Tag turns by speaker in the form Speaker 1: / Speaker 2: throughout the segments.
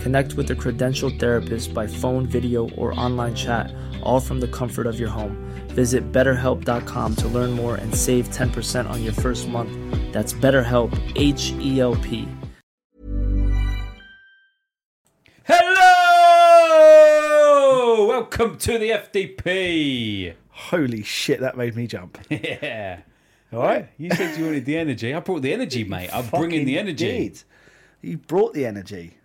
Speaker 1: Connect with a credentialed therapist by phone, video, or online chat, all from the comfort of your home. Visit betterhelp.com to learn more and save 10% on your first month. That's BetterHelp, H E L P.
Speaker 2: Hello! Welcome to the FDP.
Speaker 3: Holy shit, that made me jump.
Speaker 2: Yeah.
Speaker 3: All right.
Speaker 2: You said you wanted the energy. I brought the energy, mate. I'm bringing the
Speaker 3: Fucking
Speaker 2: energy.
Speaker 3: did. You brought the energy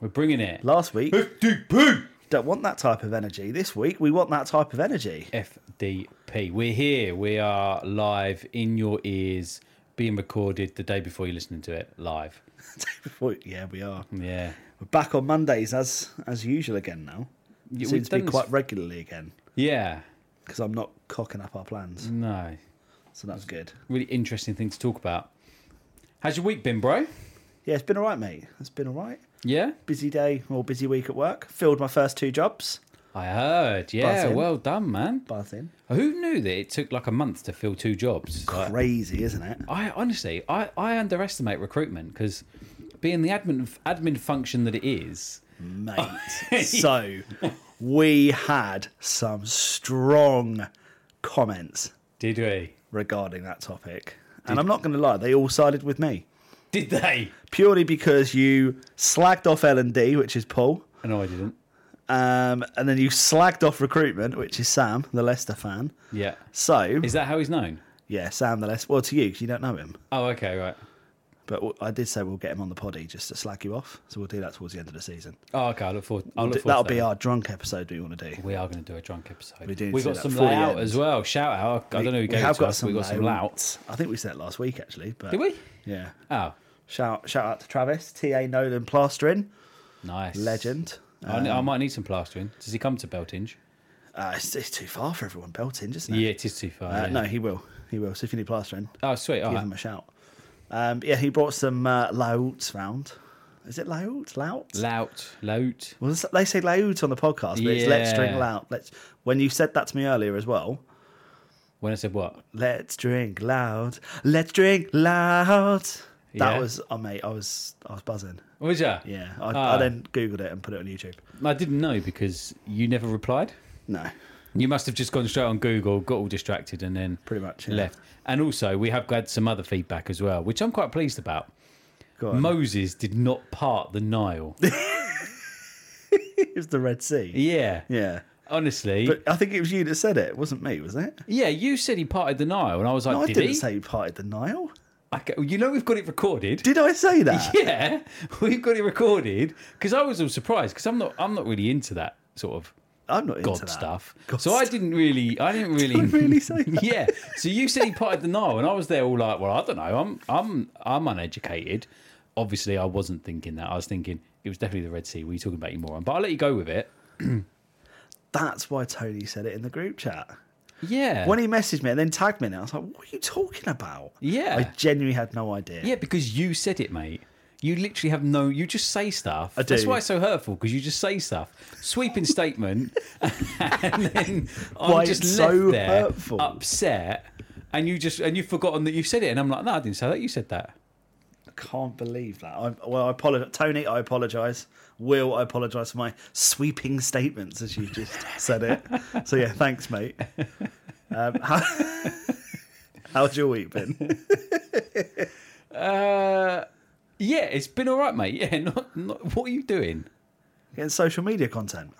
Speaker 2: We're bringing it.
Speaker 3: last week.
Speaker 2: FDP.
Speaker 3: Don't want that type of energy. This week, we want that type of energy.
Speaker 2: FDP. We're here. We are live in your ears, being recorded the day before you're listening to it live.
Speaker 3: Well, yeah, we are.
Speaker 2: Yeah.
Speaker 3: We're back on Mondays as as usual again now.
Speaker 2: Yeah, we've
Speaker 3: Seems to be
Speaker 2: done this-
Speaker 3: quite regularly again
Speaker 2: Yeah.
Speaker 3: because I'm not cocking up our plans.
Speaker 2: No.
Speaker 3: So that's good.
Speaker 2: Really interesting thing to talk about. How's your week been, bro?
Speaker 3: Yeah, it's been all right, mate. It's been all right.
Speaker 2: Yeah.
Speaker 3: Busy day or busy week at work. Filled my first two jobs.
Speaker 2: I heard. Yeah.
Speaker 3: Buzzing.
Speaker 2: Well done, man.
Speaker 3: Buzzing.
Speaker 2: Who knew that it took like a month to fill two jobs? Like,
Speaker 3: Crazy, isn't it?
Speaker 2: I honestly, I, I underestimate recruitment because being the admin admin function that it is,
Speaker 3: mate. so we had some strong comments
Speaker 2: did we?
Speaker 3: regarding that topic. And I'm not going to lie, they all sided with me.
Speaker 2: Did they?
Speaker 3: Purely because you slagged off L&D, which is Paul,
Speaker 2: No, I didn't.
Speaker 3: um, and then you slagged off recruitment, which is Sam, the Leicester fan.
Speaker 2: Yeah.
Speaker 3: So,
Speaker 2: Is that how he's known?
Speaker 3: yeah, Sam the Leicester. Well, to you, 'cause you don't know him.
Speaker 2: Oh, okay, right.
Speaker 3: But w- I did say we'll get him on the poddy just to slag you off. So we'll do that towards the end of the season.
Speaker 2: Oh, okay. I look forward. I look forward.
Speaker 3: That'll
Speaker 2: to
Speaker 3: be
Speaker 2: that.
Speaker 3: our drunk episode we want to do.
Speaker 2: We are going to do a drunk episode.
Speaker 3: We do
Speaker 2: We've
Speaker 3: do
Speaker 2: got
Speaker 3: that
Speaker 2: some
Speaker 3: before the
Speaker 2: lout
Speaker 3: end.
Speaker 2: as well. Shout out. I don't know who gave it
Speaker 3: have
Speaker 2: to us. We've got some lout.
Speaker 3: louts. I think we said that last week actually. But
Speaker 2: Did we?
Speaker 3: Yeah.
Speaker 2: Oh,
Speaker 3: Shout shout out to Travis, TA Nolan Plastering,
Speaker 2: nice.
Speaker 3: legend. Um,
Speaker 2: I, I might need some plastering. Does he come to Beltinge?
Speaker 3: Uh, it's, it's too far for everyone built in, isn't it?
Speaker 2: Yeah, it is too far.
Speaker 3: Uh,
Speaker 2: yeah.
Speaker 3: No, he will. He will. So if you need plastering,
Speaker 2: Oh, sweet. All
Speaker 3: give
Speaker 2: right.
Speaker 3: him a shout. Um, yeah, he brought some uh, louts round. Is it loud? Lout?
Speaker 2: Lout. Lout.
Speaker 3: Well, it's- they say loud on the podcast, but it's let's drink
Speaker 2: Yeah.
Speaker 3: loud. Let's. When you said that to me earlier as well,
Speaker 2: When I said what?
Speaker 3: let's drink loud. Let's drink loud. That
Speaker 2: Yeah.
Speaker 3: was, oh mate, I was, I was buzzing.
Speaker 2: What was that?
Speaker 3: Yeah, I, I
Speaker 2: Ah.
Speaker 3: then googled it and put it on YouTube.
Speaker 2: I didn't know because you never replied.
Speaker 3: No,
Speaker 2: You must have just gone straight on Google, got all distracted, and then
Speaker 3: Pretty much, yeah.
Speaker 2: left. And also, we have had some other feedback as well, which I'm quite pleased about.
Speaker 3: go on.
Speaker 2: Moses did not part the Nile.
Speaker 3: it was the Red Sea.
Speaker 2: yeah,
Speaker 3: Yeah,
Speaker 2: honestly,
Speaker 3: but I think it was you that said it, It wasn't me, was it?
Speaker 2: yeah. You said he parted the Nile, and I was like,
Speaker 3: No, I
Speaker 2: did
Speaker 3: didn't
Speaker 2: he?
Speaker 3: say you parted the Nile.
Speaker 2: I go, you know, we've got it recorded.
Speaker 3: Did I say that?
Speaker 2: yeah, we've got it recorded because I was all surprised because I'm not, I'm not really into that sort of
Speaker 3: I'm not into
Speaker 2: God
Speaker 3: that.
Speaker 2: stuff.
Speaker 3: God
Speaker 2: so I didn't really, I didn't really,
Speaker 3: I really say that?
Speaker 2: yeah. So you said he potted the Nile, and I was there all like, well, I don't know. I'm, I'm, I'm uneducated. Obviously, I wasn't thinking that. I was thinking it was definitely the Red Sea. What are you talking about, you moron? But I'll let you go with it.
Speaker 3: That's why Tony said it in the group chat.
Speaker 2: Yeah.
Speaker 3: When he messaged me and then tagged me, and I was like, "What are you talking about?"
Speaker 2: Yeah.
Speaker 3: I genuinely had no idea.
Speaker 2: yeah, because you said it, mate. You literally have no. You just say stuff.
Speaker 3: I
Speaker 2: That's
Speaker 3: do.
Speaker 2: why it's so hurtful because you just say stuff, sweeping statement, and then I'm
Speaker 3: Why
Speaker 2: just
Speaker 3: it's
Speaker 2: left
Speaker 3: so
Speaker 2: there
Speaker 3: hurtful.
Speaker 2: upset. and you just and you've forgotten that you said it, and I'm like, no, I didn't say that. You said that.
Speaker 3: I can't believe that. I, well, I apologize, Tony. I apologize. Will, I apologize for my sweeping statements as you just said it. So yeah, thanks, mate. Um, how, how's your week been?
Speaker 2: Uh, yeah, it's been all right, mate. Yeah, not, not what are you doing?
Speaker 3: Getting social media content.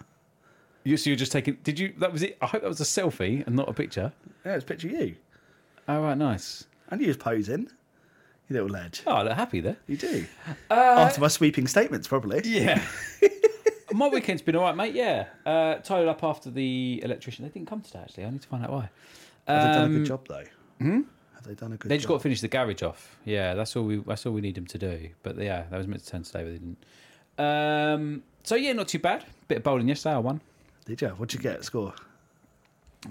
Speaker 2: You so you're just taking? Did you? That was it. I hope that was a selfie and not a picture.
Speaker 3: Yeah, it's a picture of you,
Speaker 2: All right, nice.
Speaker 3: and you was posing, you little ledge.
Speaker 2: Oh, I look happy there.
Speaker 3: You do. Uh, After my sweeping statements, probably.
Speaker 2: Yeah. My weekend's been all right, mate. Yeah. Uh, tied up after the electrician. They didn't come today, actually. I need to find out why.
Speaker 3: Have they done a good job though? Have Um, hmm? they done a good?
Speaker 2: They just got
Speaker 3: job?
Speaker 2: to finish the garage off. Yeah, that's all we that's all we need them to do. But yeah, that was meant to turn today, but they didn't. Um, so yeah, not too bad. Bit of bowling yesterday. I won.
Speaker 3: Did you? What'd you get at score?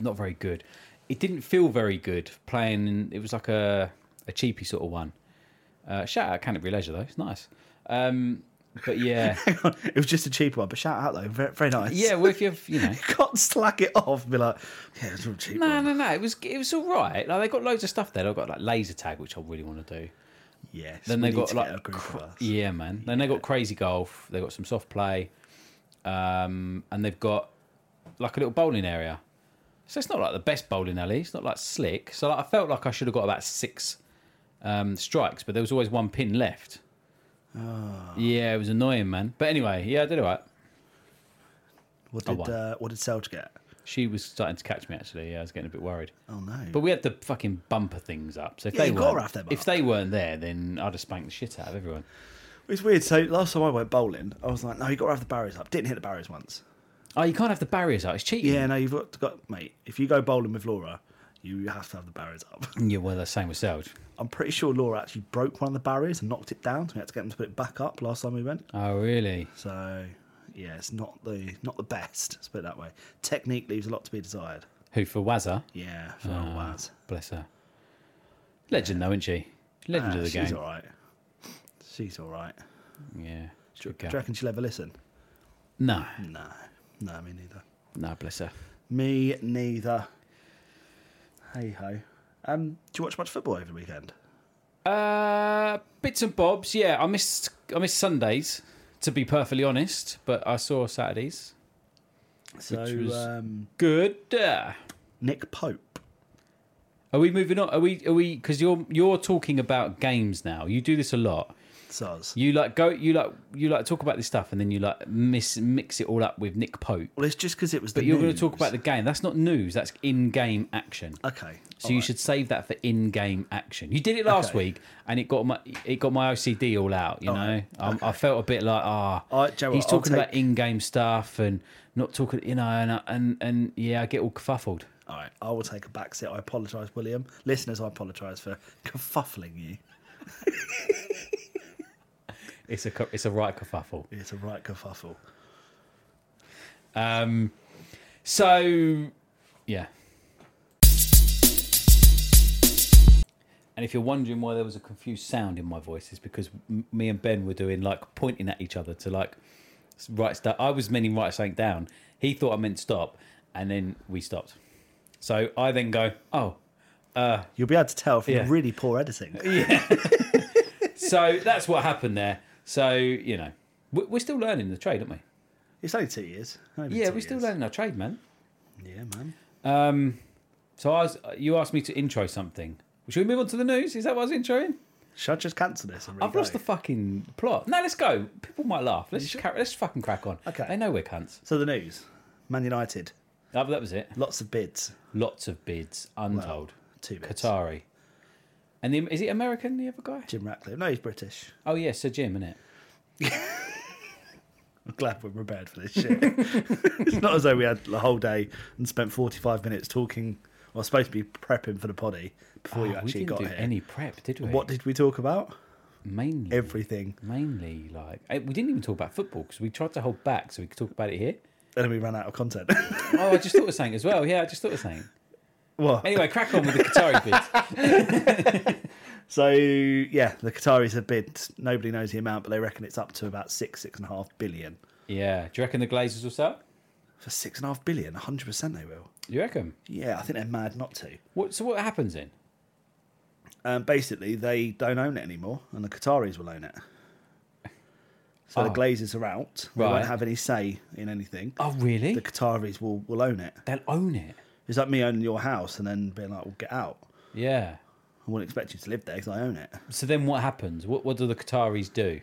Speaker 2: Not very good. It didn't feel very good playing. It was like a a cheapy sort of one. Uh, shout out Canterbury Leisure though. It's nice. Um, but yeah,
Speaker 3: it was just a cheap one, but shout out though, very, very nice.
Speaker 2: yeah. Well, if you have you know.
Speaker 3: can't slack it off. And be like, yeah, it's all cheap.
Speaker 2: No,
Speaker 3: one.
Speaker 2: no, no. It was it was all right. Like they got loads of stuff there. They've got like laser tag, which I really want to do.
Speaker 3: Yes.
Speaker 2: Then
Speaker 3: we
Speaker 2: they
Speaker 3: need
Speaker 2: got
Speaker 3: to
Speaker 2: like
Speaker 3: get a group
Speaker 2: cr-
Speaker 3: of us.
Speaker 2: yeah, man. Then they got crazy golf. They got some soft play, um, and they've got like a little bowling area. So it's not like the best bowling alley. It's not like slick. So like, I felt like I should have got about six um, strikes, but there was always one pin left.
Speaker 3: Ah.
Speaker 2: Yeah, it was annoying, man. But anyway, yeah, I did all right.
Speaker 3: What
Speaker 2: I
Speaker 3: did
Speaker 2: won.
Speaker 3: uh, what did Selge get?
Speaker 2: She was starting to catch me actually. Yeah, I was getting a bit worried.
Speaker 3: Oh no.
Speaker 2: But we had the fucking bumper things up. So if
Speaker 3: Yeah,
Speaker 2: they
Speaker 3: you gotta
Speaker 2: weren't,
Speaker 3: wrap them
Speaker 2: if
Speaker 3: up.
Speaker 2: they weren't there, then I'd have spanked the shit out of everyone.
Speaker 3: it's weird. So last time I went bowling, I was like, no, you got to have the barriers up. Didn't hit the barriers once.
Speaker 2: Oh, you can't have the barriers out. It's cheating.
Speaker 3: Yeah, no, you've got, got mate. If you go bowling with Laura, you have to have the barriers up.
Speaker 2: Yeah, well, that's same with Selge.
Speaker 3: I'm pretty sure Laura actually broke one of the barriers and knocked it down. So we had to get them to put it back up last time we went.
Speaker 2: Oh, really?
Speaker 3: So yeah, it's not the not the best. Let's put it that way. Technique leaves a lot to be desired.
Speaker 2: Who for Wazza?
Speaker 3: Yeah, for
Speaker 2: Mm.
Speaker 3: old Waz.
Speaker 2: Bless her. Legend, though, isn't she? Legend
Speaker 3: Ah,
Speaker 2: of the
Speaker 3: she's
Speaker 2: game.
Speaker 3: all right. She's all right.
Speaker 2: Yeah.
Speaker 3: Do
Speaker 2: Good
Speaker 3: you
Speaker 2: girl.
Speaker 3: reckon she'll ever listen?
Speaker 2: No,
Speaker 3: No, no, me neither.
Speaker 2: no, bless her.
Speaker 3: Me neither. Hey ho. Um, do you watch much football over the weekend?
Speaker 2: Uh, bits and bobs. Yeah, I missed. I missed Sundays, to be perfectly honest. But I saw Saturdays.
Speaker 3: So
Speaker 2: was-
Speaker 3: um,
Speaker 2: Good. Uh,
Speaker 3: Nick Pope.
Speaker 2: Are we moving on? Are we? Are we? Because you're you're talking about games now. You do this a lot.
Speaker 3: Soz.
Speaker 2: You like go. You like you like talk about this stuff, and then you like miss mix it all up with Nick Pope.
Speaker 3: Well, it's just because it was.
Speaker 2: But
Speaker 3: the
Speaker 2: you're going to talk
Speaker 3: news.
Speaker 2: about the game. That's not news. That's in-game action.
Speaker 3: Okay.
Speaker 2: So
Speaker 3: all
Speaker 2: you
Speaker 3: right.
Speaker 2: should save that for in-game action. You did it last
Speaker 3: Okay.
Speaker 2: week, and it got my it got my OCD all out. You know,
Speaker 3: right.
Speaker 2: um, I felt a bit like ah,
Speaker 3: All right, Joe,
Speaker 2: he's
Speaker 3: I'll
Speaker 2: talking about
Speaker 3: take-
Speaker 2: in-game stuff and not talking. You know, and I- and and yeah, I get all kerfuffled.
Speaker 3: All right, I will take a back seat. I apologise, William. Listeners, I apologise for kerfuffling you.
Speaker 2: It's a ker- it's a right kerfuffle.
Speaker 3: It's a right kerfuffle.
Speaker 2: Um, so, yeah. And if you're wondering why there was a confused sound in my voice, it's because m- me and Ben were doing like pointing at each other to like s- write stuff. I was meaning write something down. He thought I meant stop, and then we stopped. So I then go, oh.
Speaker 3: You'll be able to tell from
Speaker 2: Yeah.
Speaker 3: the really poor editing.
Speaker 2: So that's what happened there. So you know, we- we're still learning the trade, aren't we?
Speaker 3: It's only two years. Only
Speaker 2: Yeah,
Speaker 3: two
Speaker 2: we're still
Speaker 3: years.
Speaker 2: learning our trade, man.
Speaker 3: Yeah, man.
Speaker 2: So I was, uh, you asked me to intro something. Should we move on to the news? Is that what I was introing?
Speaker 3: Should I just cancel this? And
Speaker 2: I've
Speaker 3: re-go?
Speaker 2: lost the fucking plot. No, let's go. People might laugh. Let's just carry, let's fucking crack on.
Speaker 3: Okay.
Speaker 2: They know we're cunts.
Speaker 3: So the news: Man United,
Speaker 2: Oh, that was it.
Speaker 3: lots of bids.
Speaker 2: Lots of bids, untold.
Speaker 3: two bids.
Speaker 2: Qatari. And the, is he American, the other guy?
Speaker 3: Jim Ratcliffe. No, he's British.
Speaker 2: Oh, yeah, Sir Jim, innit?
Speaker 3: I'm glad we're prepared for this shit. it's not as though we had the whole day and spent 45 minutes talking. Well, supposed to be prepping for the poddy before you
Speaker 2: Oh, we
Speaker 3: actually
Speaker 2: didn't
Speaker 3: got
Speaker 2: do
Speaker 3: here.
Speaker 2: any prep, did we?
Speaker 3: What did we talk about?
Speaker 2: Mainly.
Speaker 3: Everything.
Speaker 2: Mainly, like. eh, We didn't even talk about football because we tried to hold back so we could talk about it here.
Speaker 3: And then we ran out of content.
Speaker 2: Oh, I just thought of something as well. Yeah, I just thought of something.
Speaker 3: what?
Speaker 2: Anyway, crack on with the Qatari bids.
Speaker 3: So yeah, the Qataris have bid. Nobody knows the amount, but they reckon it's up to about six, six and a half billion.
Speaker 2: Yeah. Do you reckon the Glazers will sell?
Speaker 3: For six and a half billion, hundred percent they will.
Speaker 2: You reckon?
Speaker 3: Yeah, I think they're mad not to.
Speaker 2: What, so what happens then?
Speaker 3: um, basically they don't own it anymore, and the Qataris will own it. So the
Speaker 2: Oh.
Speaker 3: Glazers are out. They
Speaker 2: Right.
Speaker 3: won't have any say in anything.
Speaker 2: Oh, really?
Speaker 3: The Qataris will, will own it.
Speaker 2: They'll own it.
Speaker 3: It's like me owning your house and then being like, "Well, get out."
Speaker 2: Yeah.
Speaker 3: I wouldn't expect you to live there because I own it.
Speaker 2: So then what happens? What, what do the Qataris do?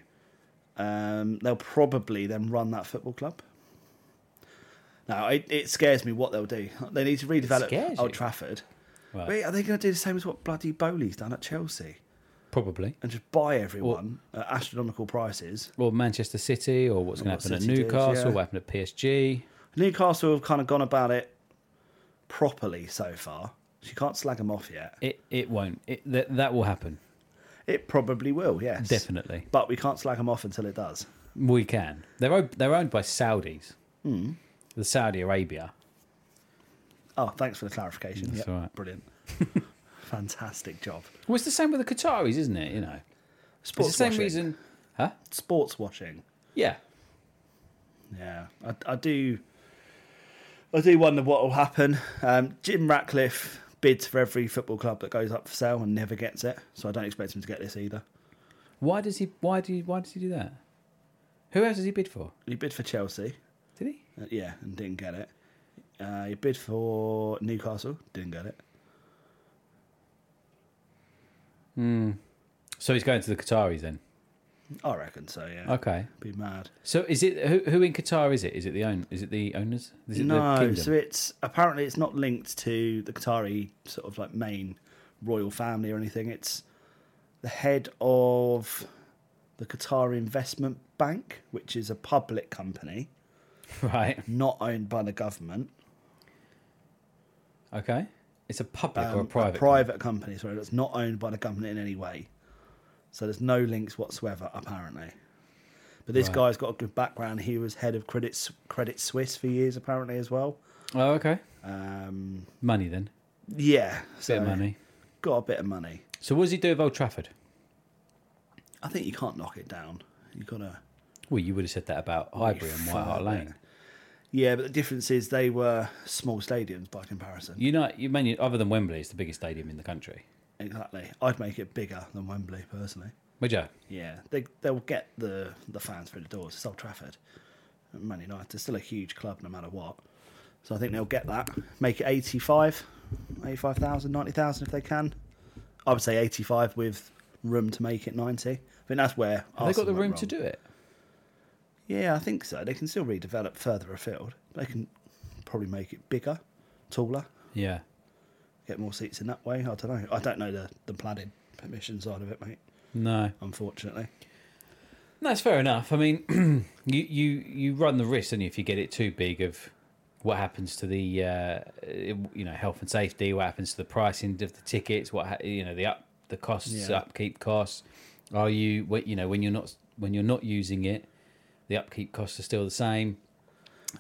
Speaker 3: um, they'll probably then run that football club. Now it, it scares me what they'll do. They need to redevelop
Speaker 2: scares
Speaker 3: Old
Speaker 2: you?
Speaker 3: Trafford.
Speaker 2: Right.
Speaker 3: Wait, are they going to do the same as what bloody Bowley's done at Chelsea
Speaker 2: Probably.
Speaker 3: and just buy everyone at astronomical prices?
Speaker 2: Or Manchester City, or what's going to
Speaker 3: What
Speaker 2: happen at
Speaker 3: City did,
Speaker 2: Newcastle,
Speaker 3: yeah.
Speaker 2: what happened at PSG.
Speaker 3: Newcastle have kind of gone about it properly so far. She can't slag them off yet.
Speaker 2: It it won't. It, th- that will happen.
Speaker 3: It probably will, yes,
Speaker 2: Definitely.
Speaker 3: But we can't slag them off until it does.
Speaker 2: We can. They're o- they're owned by Saudis. Hmm. The Saudi Arabia.
Speaker 3: Oh, thanks for the clarification.
Speaker 2: That's
Speaker 3: Yep,
Speaker 2: all right.
Speaker 3: Brilliant, fantastic job.
Speaker 2: Well, it's the same with the Qataris, isn't it? You know,
Speaker 3: Sports
Speaker 2: it's the same
Speaker 3: washing.
Speaker 2: reason. Huh?
Speaker 3: Sports washing.
Speaker 2: Yeah.
Speaker 3: Yeah, I, I do. I do wonder what will happen. Um, Jim Ratcliffe bids for every football club that goes up for sale and never gets it, so I don't expect him to get this either.
Speaker 2: Why does he? Why do? you- Why does he do that? Who else does he bid for?
Speaker 3: He bid for Chelsea,
Speaker 2: Did he?
Speaker 3: uh, yeah, and didn't get it. Uh, he bid for Newcastle, didn't get it.
Speaker 2: So he's going to the Qataris then.
Speaker 3: I reckon so. Yeah,
Speaker 2: Okay.
Speaker 3: be mad.
Speaker 2: So is it who, who in Qatar is it? Is it the own? Is it the owners? Is it the
Speaker 3: No,
Speaker 2: kingdom?
Speaker 3: so it's apparently it's not linked to the Qatari sort of like main royal family or anything. It's the head of the Qatar Investment Bank, which is a public company
Speaker 2: right.
Speaker 3: not owned by the government,
Speaker 2: Okay. It's a public or a
Speaker 3: um,
Speaker 2: private.
Speaker 3: company. Sorry, that's not owned by the government in any way. So there's no links whatsoever, apparently. But this guy's got a good background. He was head of Credit S- Credit Suisse for years, apparently as well.
Speaker 2: oh, okay.
Speaker 3: Um,
Speaker 2: Money then.
Speaker 3: yeah,
Speaker 2: Bit
Speaker 3: so
Speaker 2: of money.
Speaker 3: got a bit of money.
Speaker 2: So what does he do with Old Trafford?
Speaker 3: I think you can't knock it down. You gotta.
Speaker 2: Well, you would have said that about Highbury and White Hart
Speaker 3: fuck,
Speaker 2: Lane.
Speaker 3: Yeah, but the difference is they were small stadiums by comparison.
Speaker 2: You know, you mean other than Wembley, it's the biggest stadium in the country.
Speaker 3: Exactly. I'd make it bigger than Wembley personally.
Speaker 2: Would you?
Speaker 3: Yeah, they they'll get the the fans through the doors. It's Old Trafford, Man United. They're still a huge club no matter what. So I think they'll get that. Make it 85, 85,000, 90,000 if they can. I would say 85 with room to make it 90. I think that's where
Speaker 2: Have they got the room to
Speaker 3: do it.
Speaker 2: do it?
Speaker 3: Yeah, I think so. They can still redevelop further afield. They can probably make it bigger, taller,
Speaker 2: Yeah.
Speaker 3: get more seats in that way. I don't know. I don't know the, the planning permission side of it, mate,
Speaker 2: No.
Speaker 3: unfortunately.
Speaker 2: That's fair enough. I mean, you, you, you run the risk, and if you get it too big, of what happens to the uh, you know health and safety, what happens to the pricing of the tickets, what ha- you know the up the costs,
Speaker 3: Yeah.
Speaker 2: upkeep costs. Are you wh- you know when you're not when you're not using it, the upkeep costs are still the same.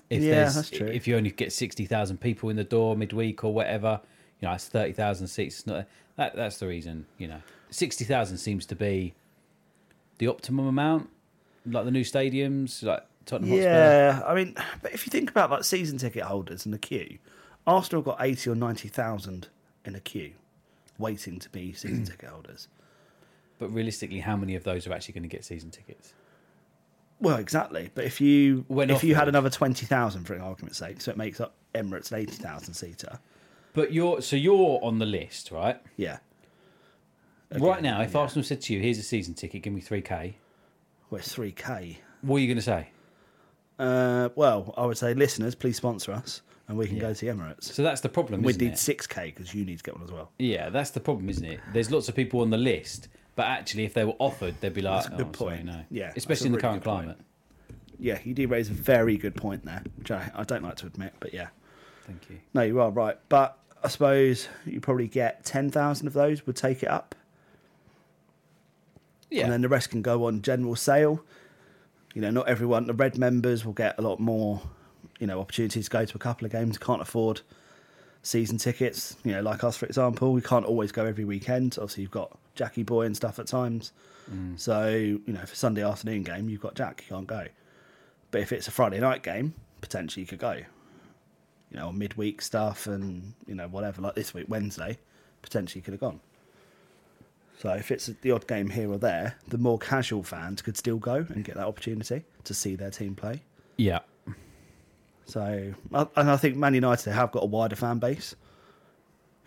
Speaker 2: If
Speaker 3: Yeah,
Speaker 2: there's-
Speaker 3: that's true.
Speaker 2: If you only get sixty thousand people in the door midweek or whatever, you know it's thirty thousand seats. It's not that that's the reason. You know, sixty thousand seems to be the optimum amount, like the new stadiums, like Tottenham Hotspur.
Speaker 3: Yeah, I mean, but if you think about like season ticket holders and the queue, Arsenal got 80 or 90,000 in a queue waiting to be season ticket holders.
Speaker 2: But realistically, how many of those are actually going to get season tickets?
Speaker 3: Well, exactly. But if you
Speaker 2: When
Speaker 3: if you had
Speaker 2: offered.
Speaker 3: another 20,000 for an argument's sake, so it makes up Emirates an 80,000 seater.
Speaker 2: But you're so you're on the list, right?
Speaker 3: Yeah.
Speaker 2: right now, if Arsenal said to you, "Here's a season ticket, give me three k,"
Speaker 3: We're 3K.
Speaker 2: what are you going to say?
Speaker 3: Uh, well, I would say listeners, please sponsor us, and we can go to the Emirates.
Speaker 2: So that's the problem.
Speaker 3: we
Speaker 2: isn't
Speaker 3: need
Speaker 2: it?
Speaker 3: six k because you need to get one as well.
Speaker 2: Yeah, that's the problem, isn't it? There's lots of people on the list, but actually, if they were offered, they'd be like,
Speaker 3: That's a
Speaker 2: "Oh,
Speaker 3: good
Speaker 2: sorry,
Speaker 3: point.
Speaker 2: no."
Speaker 3: Yeah, that's
Speaker 2: especially
Speaker 3: a
Speaker 2: in the
Speaker 3: really
Speaker 2: current
Speaker 3: good point.
Speaker 2: climate.
Speaker 3: Yeah, you do raise a very good point there, which I, I don't like to admit, but yeah,
Speaker 2: Thank you.
Speaker 3: no, you are right. But I suppose you probably get ten thousand of those would take it up,
Speaker 2: Yeah,
Speaker 3: and then the rest can go on general sale. You know, not everyone. The red members will get a lot more, you know, opportunities to go to a couple of games. Can't afford season tickets. You know, like us for example, we can't always go every weekend. Obviously, you've got Jackie Boy and stuff at times. So you know, for Sunday afternoon game, you've got Jack. You can't go. But if it's a Friday night game, potentially you could go. You know, or midweek stuff and you know whatever. Like this week, Wednesday, potentially you could have gone. So if it's the odd game here or there, the more casual fans could still go and get that opportunity to see their team play.
Speaker 2: Yeah.
Speaker 3: So, and I think Man United have got a wider fan base.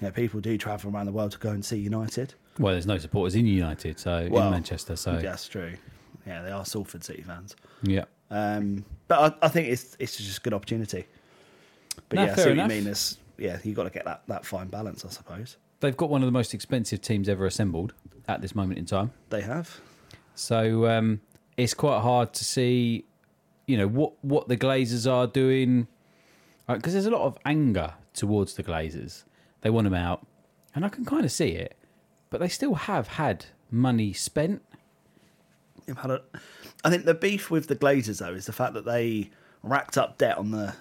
Speaker 3: You know, people do travel around the world to go and see United.
Speaker 2: Well, there's no supporters in United, so
Speaker 3: Well,
Speaker 2: in Manchester. So yeah.
Speaker 3: That's true. Yeah, they are Salford City fans.
Speaker 2: yeah.
Speaker 3: Um, but I, I think it's it's just a good opportunity. But
Speaker 2: No,
Speaker 3: yeah, I
Speaker 2: fair
Speaker 3: see what
Speaker 2: enough.
Speaker 3: you mean. It's, yeah, you got to get that, that fine balance, I suppose.
Speaker 2: They've got one of the most expensive teams ever assembled at this moment in time.
Speaker 3: They have.
Speaker 2: So um, it's quite hard to see, you know, what what the Glazers are doing, because there's a lot of anger towards the Glazers. They want them out, and I can kind of see it, but they still have had money spent.
Speaker 3: They've had a, I think the beef with the Glazers though is the fact that they racked up debt on the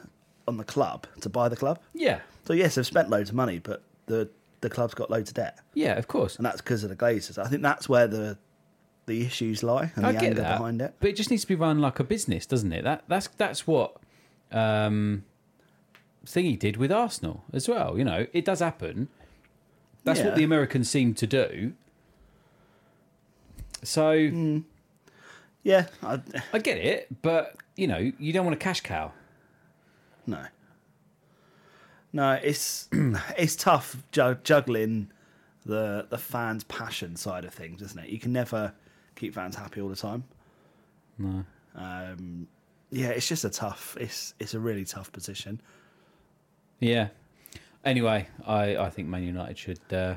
Speaker 3: on the club to buy the club.
Speaker 2: Yeah,
Speaker 3: So yes, they've spent loads of money, but the the club's got loads of debt,
Speaker 2: yeah, of course.
Speaker 3: and that's because of the Glazers. I think that's where the the issues lie and
Speaker 2: I
Speaker 3: the
Speaker 2: get
Speaker 3: anger
Speaker 2: that,
Speaker 3: behind it.
Speaker 2: but it just needs to be run like a business, doesn't it? That that's that's what um, thingy did with Arsenal as well. You know, it does happen. That's
Speaker 3: Yeah.
Speaker 2: what the Americans seem to do. So
Speaker 3: Mm. Yeah, I,
Speaker 2: I get it, but you know, you don't want a cash cow.
Speaker 3: no, no, it's it's tough ju- juggling the the fans' passion side of things, isn't it? You can never keep fans happy all the time.
Speaker 2: No.
Speaker 3: Um, yeah, it's just a tough. It's it's a really tough position.
Speaker 2: Yeah. Anyway, I, I think Man United should uh,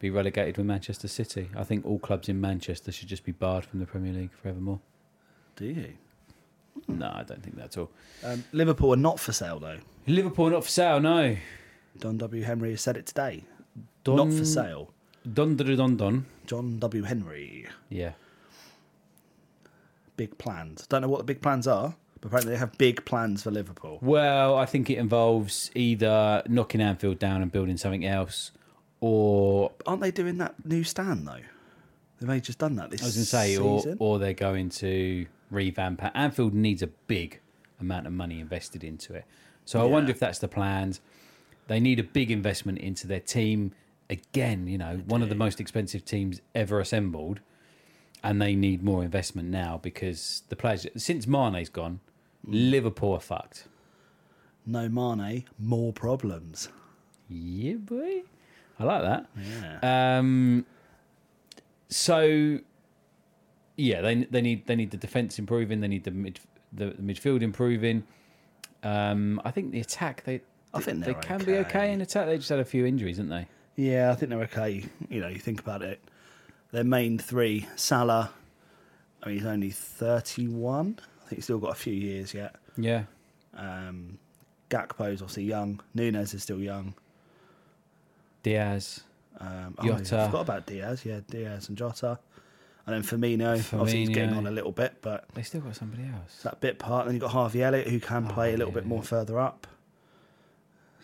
Speaker 2: be relegated with Manchester City. I think all clubs in Manchester should just be barred from the Premier League forevermore.
Speaker 3: Do you? Mm.
Speaker 2: No, I don't think that at all.
Speaker 3: Um, Liverpool are not for sale though.
Speaker 2: Liverpool not for sale, no.
Speaker 3: Don W. Henry has said it today.
Speaker 2: Don-
Speaker 3: Not for sale.
Speaker 2: Don don don don.
Speaker 3: John W. Henry.
Speaker 2: Yeah.
Speaker 3: Big plans. Don't know what the big plans are, but apparently they have big plans for Liverpool.
Speaker 2: Well, I think it involves either knocking Anfield down and building something else, or
Speaker 3: Aren't they doing that new stand though? They may have just done that this
Speaker 2: I was going to say, or,
Speaker 3: season.
Speaker 2: or they're going to revamp it. Anfield needs a big amount of money invested into it. So I wonder if that's the plans. They need a big investment into their team. Again, you know, one of the most expensive teams ever assembled. And they need more investment now because the players, since Mane's gone, Liverpool are fucked.
Speaker 3: no Mane, more problems.
Speaker 2: Yeah, boy. I like that.
Speaker 3: Uh,
Speaker 2: Um, so yeah, they they need they need the defense improving. They need the mid the, the midfield improving. Um, I think the attack they
Speaker 3: I think
Speaker 2: they
Speaker 3: they're
Speaker 2: can be Oh, okay in attack. They just had a few injuries, didn't they?
Speaker 3: Yeah, I think they're okay. You know, you think about it. Their main three, Salah. I mean, he's only thirty-one. I think he's still got a few years yet.
Speaker 2: Yeah,
Speaker 3: Um, Gakpo's obviously young. Nunes is still young.
Speaker 2: Diaz.
Speaker 3: Um, oh, yeah,
Speaker 2: Jota.
Speaker 3: I forgot about Diaz. Yeah, Diaz and Jota. And then Firmino. Obviously, he's getting
Speaker 2: Firmino.
Speaker 3: on a little bit, but
Speaker 2: They still got somebody else.
Speaker 3: that bit part. Then you've got Harvey Elliott, who can play a little bit more further up.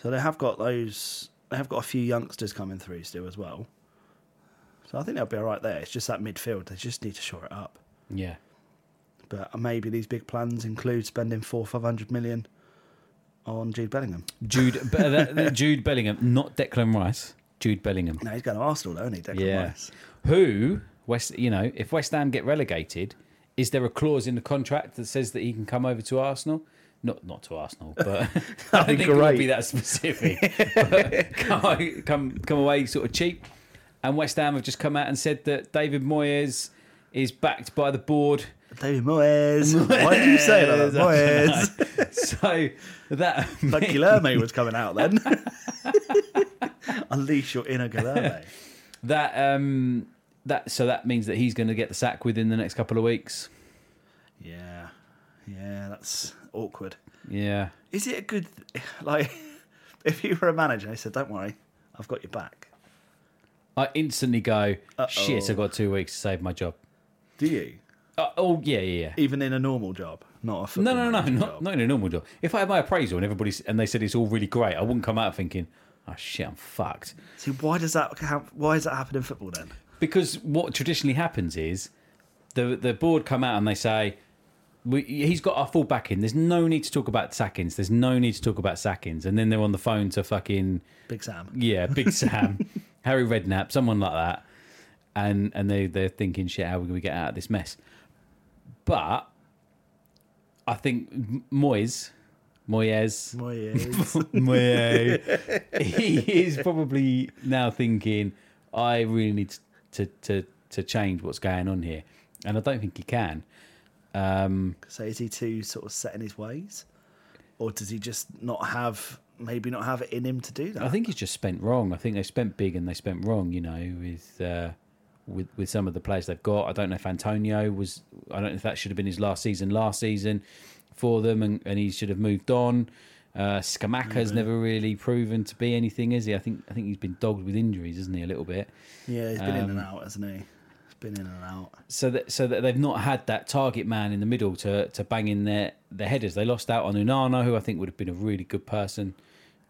Speaker 3: So they have got those. They have got a few youngsters coming through still as well. So I think they'll be all right there. It's just that midfield. They just need to shore it up.
Speaker 2: Yeah,
Speaker 3: But maybe these big plans include spending four, five hundred million on Jude Bellingham.
Speaker 2: Jude but that- that Jude Bellingham, not Declan Rice. Jude Bellingham.
Speaker 3: No, he's going to Arsenal, though, isn't he? Declan
Speaker 2: Yeah.
Speaker 3: Rice?
Speaker 2: Who West? You know, if West Ham get relegated, is there a clause in the contract that says that he can come over to Arsenal? Not not to Arsenal, but I
Speaker 3: be
Speaker 2: don't think it would
Speaker 3: great.
Speaker 2: be that specific. But come, come come away sort of cheap. And West Ham have just come out and said that David Moyes is backed by the board.
Speaker 3: David Moyes. Why do you say it like that? Moyes.
Speaker 2: So that
Speaker 3: Like Guilherme was coming out then. Unleash your inner Guilherme.
Speaker 2: that um that so that means that he's going to get the sack within the next couple of weeks.
Speaker 3: Yeah. Yeah, that's awkward.
Speaker 2: Yeah.
Speaker 3: Is it a good. Like, if you were a manager, I said, don't worry, I've got your back.
Speaker 2: I instantly go, shit, I've got two weeks to save my job.
Speaker 3: Do you?
Speaker 2: Uh, oh, yeah, yeah, yeah.
Speaker 3: Even in a normal job, not a
Speaker 2: No,
Speaker 3: football
Speaker 2: no, no, no,
Speaker 3: manager
Speaker 2: not,
Speaker 3: job.
Speaker 2: not in a normal job. If I had my appraisal and everybody s- and they said it's all really great, I wouldn't come out thinking, oh, shit, I'm fucked.
Speaker 3: See, why does that count? Why does that happen in football then?
Speaker 2: Because what traditionally happens is the, the board come out and they say, we, he's got our full backing. There's no need to talk about sackings. There's no need to talk about sackings. And then they're on the phone to fucking
Speaker 3: Big Sam.
Speaker 2: Yeah, Big Sam, Harry Redknapp, someone like that. and and they they're thinking, shit, how can we get out of this mess? But I think M- Moyes, Moyes,
Speaker 3: Oh, yeah.
Speaker 2: Moyes, he is probably now thinking, I really need to, to to to change what's going on here, and I don't think he can.
Speaker 3: so is he too sort of set in his ways, or does he just not have maybe not have it in him to do that?
Speaker 2: I think he's just spent wrong. I think they spent big and they spent wrong. You know, with uh, with with some of the players they've got. I don't know if Antonio was. I don't know if that should have been his last season. Last season for them, and, and he should have moved on. Uh, Skamaka's never really proven to be anything, is he? I think I think he's been dogged with injuries, isn't he? A little bit.
Speaker 3: yeah, he's been in
Speaker 2: um,
Speaker 3: and out, hasn't he? He's been in and out.
Speaker 2: so that so that they've not had that target man in the middle to to bang in their their headers. They lost out on Unana, who I think would have been a really good person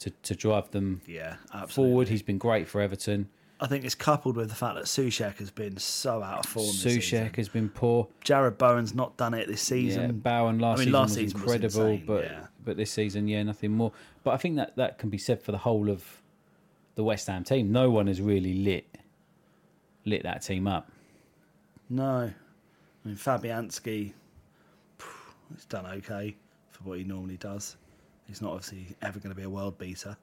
Speaker 2: to to drive them
Speaker 3: Yeah, absolutely.
Speaker 2: forward. He's been great for Everton.
Speaker 3: I think it's coupled with the fact that Sushek has been so out of form. this season.
Speaker 2: Sushek has been poor.
Speaker 3: Jared Bowen's not done it this season.
Speaker 2: Yeah, Bowen last
Speaker 3: I mean,
Speaker 2: season
Speaker 3: last
Speaker 2: was
Speaker 3: season was
Speaker 2: incredible,
Speaker 3: insane,
Speaker 2: but
Speaker 3: yeah.
Speaker 2: but this season, yeah, nothing more. But I think that that can be said for the whole of the West Ham team. No one has really lit lit that team up.
Speaker 3: No. I mean, Fabianski, phew, he's done okay for what he normally does. He's not obviously ever going to be a world beater.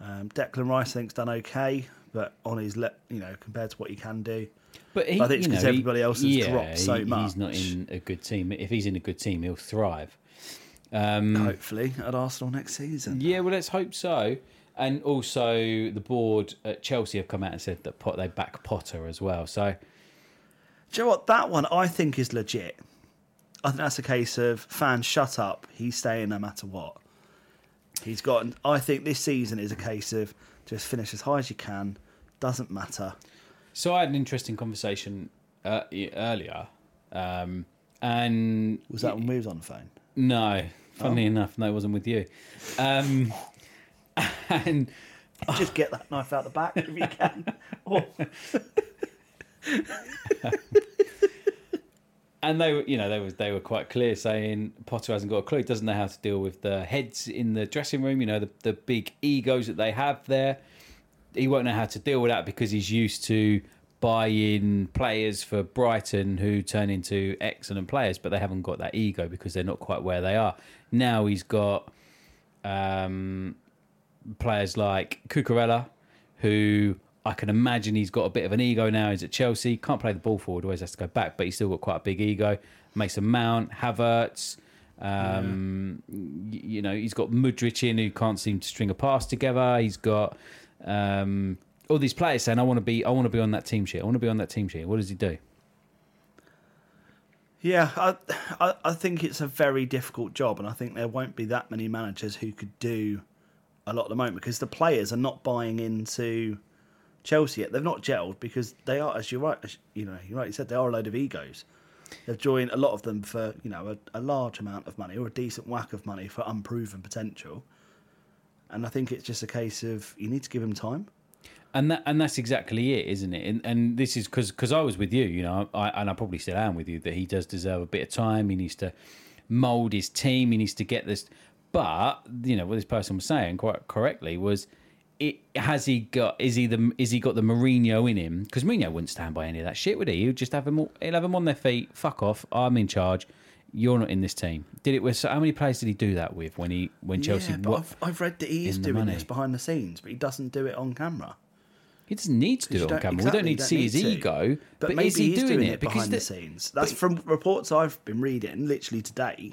Speaker 3: Um, Declan Rice, I think's done okay, but on his, le- you know, compared to what he can do.
Speaker 2: But he,
Speaker 3: I think it's
Speaker 2: you
Speaker 3: 'cause
Speaker 2: know, he-
Speaker 3: everybody else has
Speaker 2: yeah,
Speaker 3: dropped so
Speaker 2: he- He's not
Speaker 3: much.
Speaker 2: in a good team. If he's in a good team, he'll thrive.
Speaker 3: Hopefully at Arsenal next season.
Speaker 2: Mm. Yeah, well, let's hope so. And also, the board at Chelsea have come out and said that Pot, they back Potter as well. So
Speaker 3: Do you know what? That one I think is legit. I think that's a case of fans shut up. He's staying no matter what. He's got. I think this season is a case of just finish as high as you can. Doesn't matter.
Speaker 2: So I had an interesting conversation uh, e- earlier, um, and
Speaker 3: Was that when we was on the phone?
Speaker 2: no, funnily enough, no, it wasn't with you. Um, and
Speaker 3: Just get that knife out the back if you can. Or
Speaker 2: and they were, you know, they was they were quite clear saying Potter hasn't got a clue, doesn't know how to deal with the heads in the dressing room. You know, the the big egos that they have there. He won't know how to deal with that because he's used to buying players for Brighton who turn into excellent players, but they haven't got that ego because they're not quite where they are. Now he's got um, players like Cucurella, who I can imagine he's got a bit of an ego now. He's at Chelsea, can't play the ball forward, always has to go back, but he's still got quite a big ego. Mason Mount, Havertz, um, y- you know, he's got Mudrich in who can't seem to string a pass together. He's got um, all these players saying, "I want to be, I want to be on that team sheet. I want to be on that team sheet." What does he do?
Speaker 3: yeah, I, I I think it's a very difficult job, and I think there won't be that many managers who could do a lot at the moment because the players are not buying into Chelsea yet. They've not gelled because they are, as you're right, as you know, you rightly said they are a load of egos. They've joined a lot of them for you know a, a large amount of money or a decent whack of money for unproven potential, and I think it's just a case of you need to give them time.
Speaker 2: and that and that's exactly it, isn't it? And, and this is because I was with you, you know, I, and I probably still am with you that he does deserve a bit of time. He needs to mold his team. He needs to get this. But you know what this person was saying quite correctly was, it has he got is he the is he got the Mourinho in him? Because Mourinho wouldn't stand by any of that shit, would he? He'd just have him. all- He'll have him on their feet. Fuck off. I'm in charge. You're not in this team. Did it with so how many players did he do that with when he when Chelsea?
Speaker 3: yeah, but
Speaker 2: what
Speaker 3: I've, I've read that he is
Speaker 2: in the
Speaker 3: doing
Speaker 2: money.
Speaker 3: this behind the scenes, but he doesn't do it on camera.
Speaker 2: He doesn't need to do
Speaker 3: You
Speaker 2: it on camera. we
Speaker 3: exactly,
Speaker 2: don't need to
Speaker 3: you
Speaker 2: see his
Speaker 3: need to.
Speaker 2: ego. But,
Speaker 3: maybe
Speaker 2: is he
Speaker 3: he's
Speaker 2: doing, it?
Speaker 3: behind the,
Speaker 2: the-
Speaker 3: scenes. That's from reports I've been reading, literally today,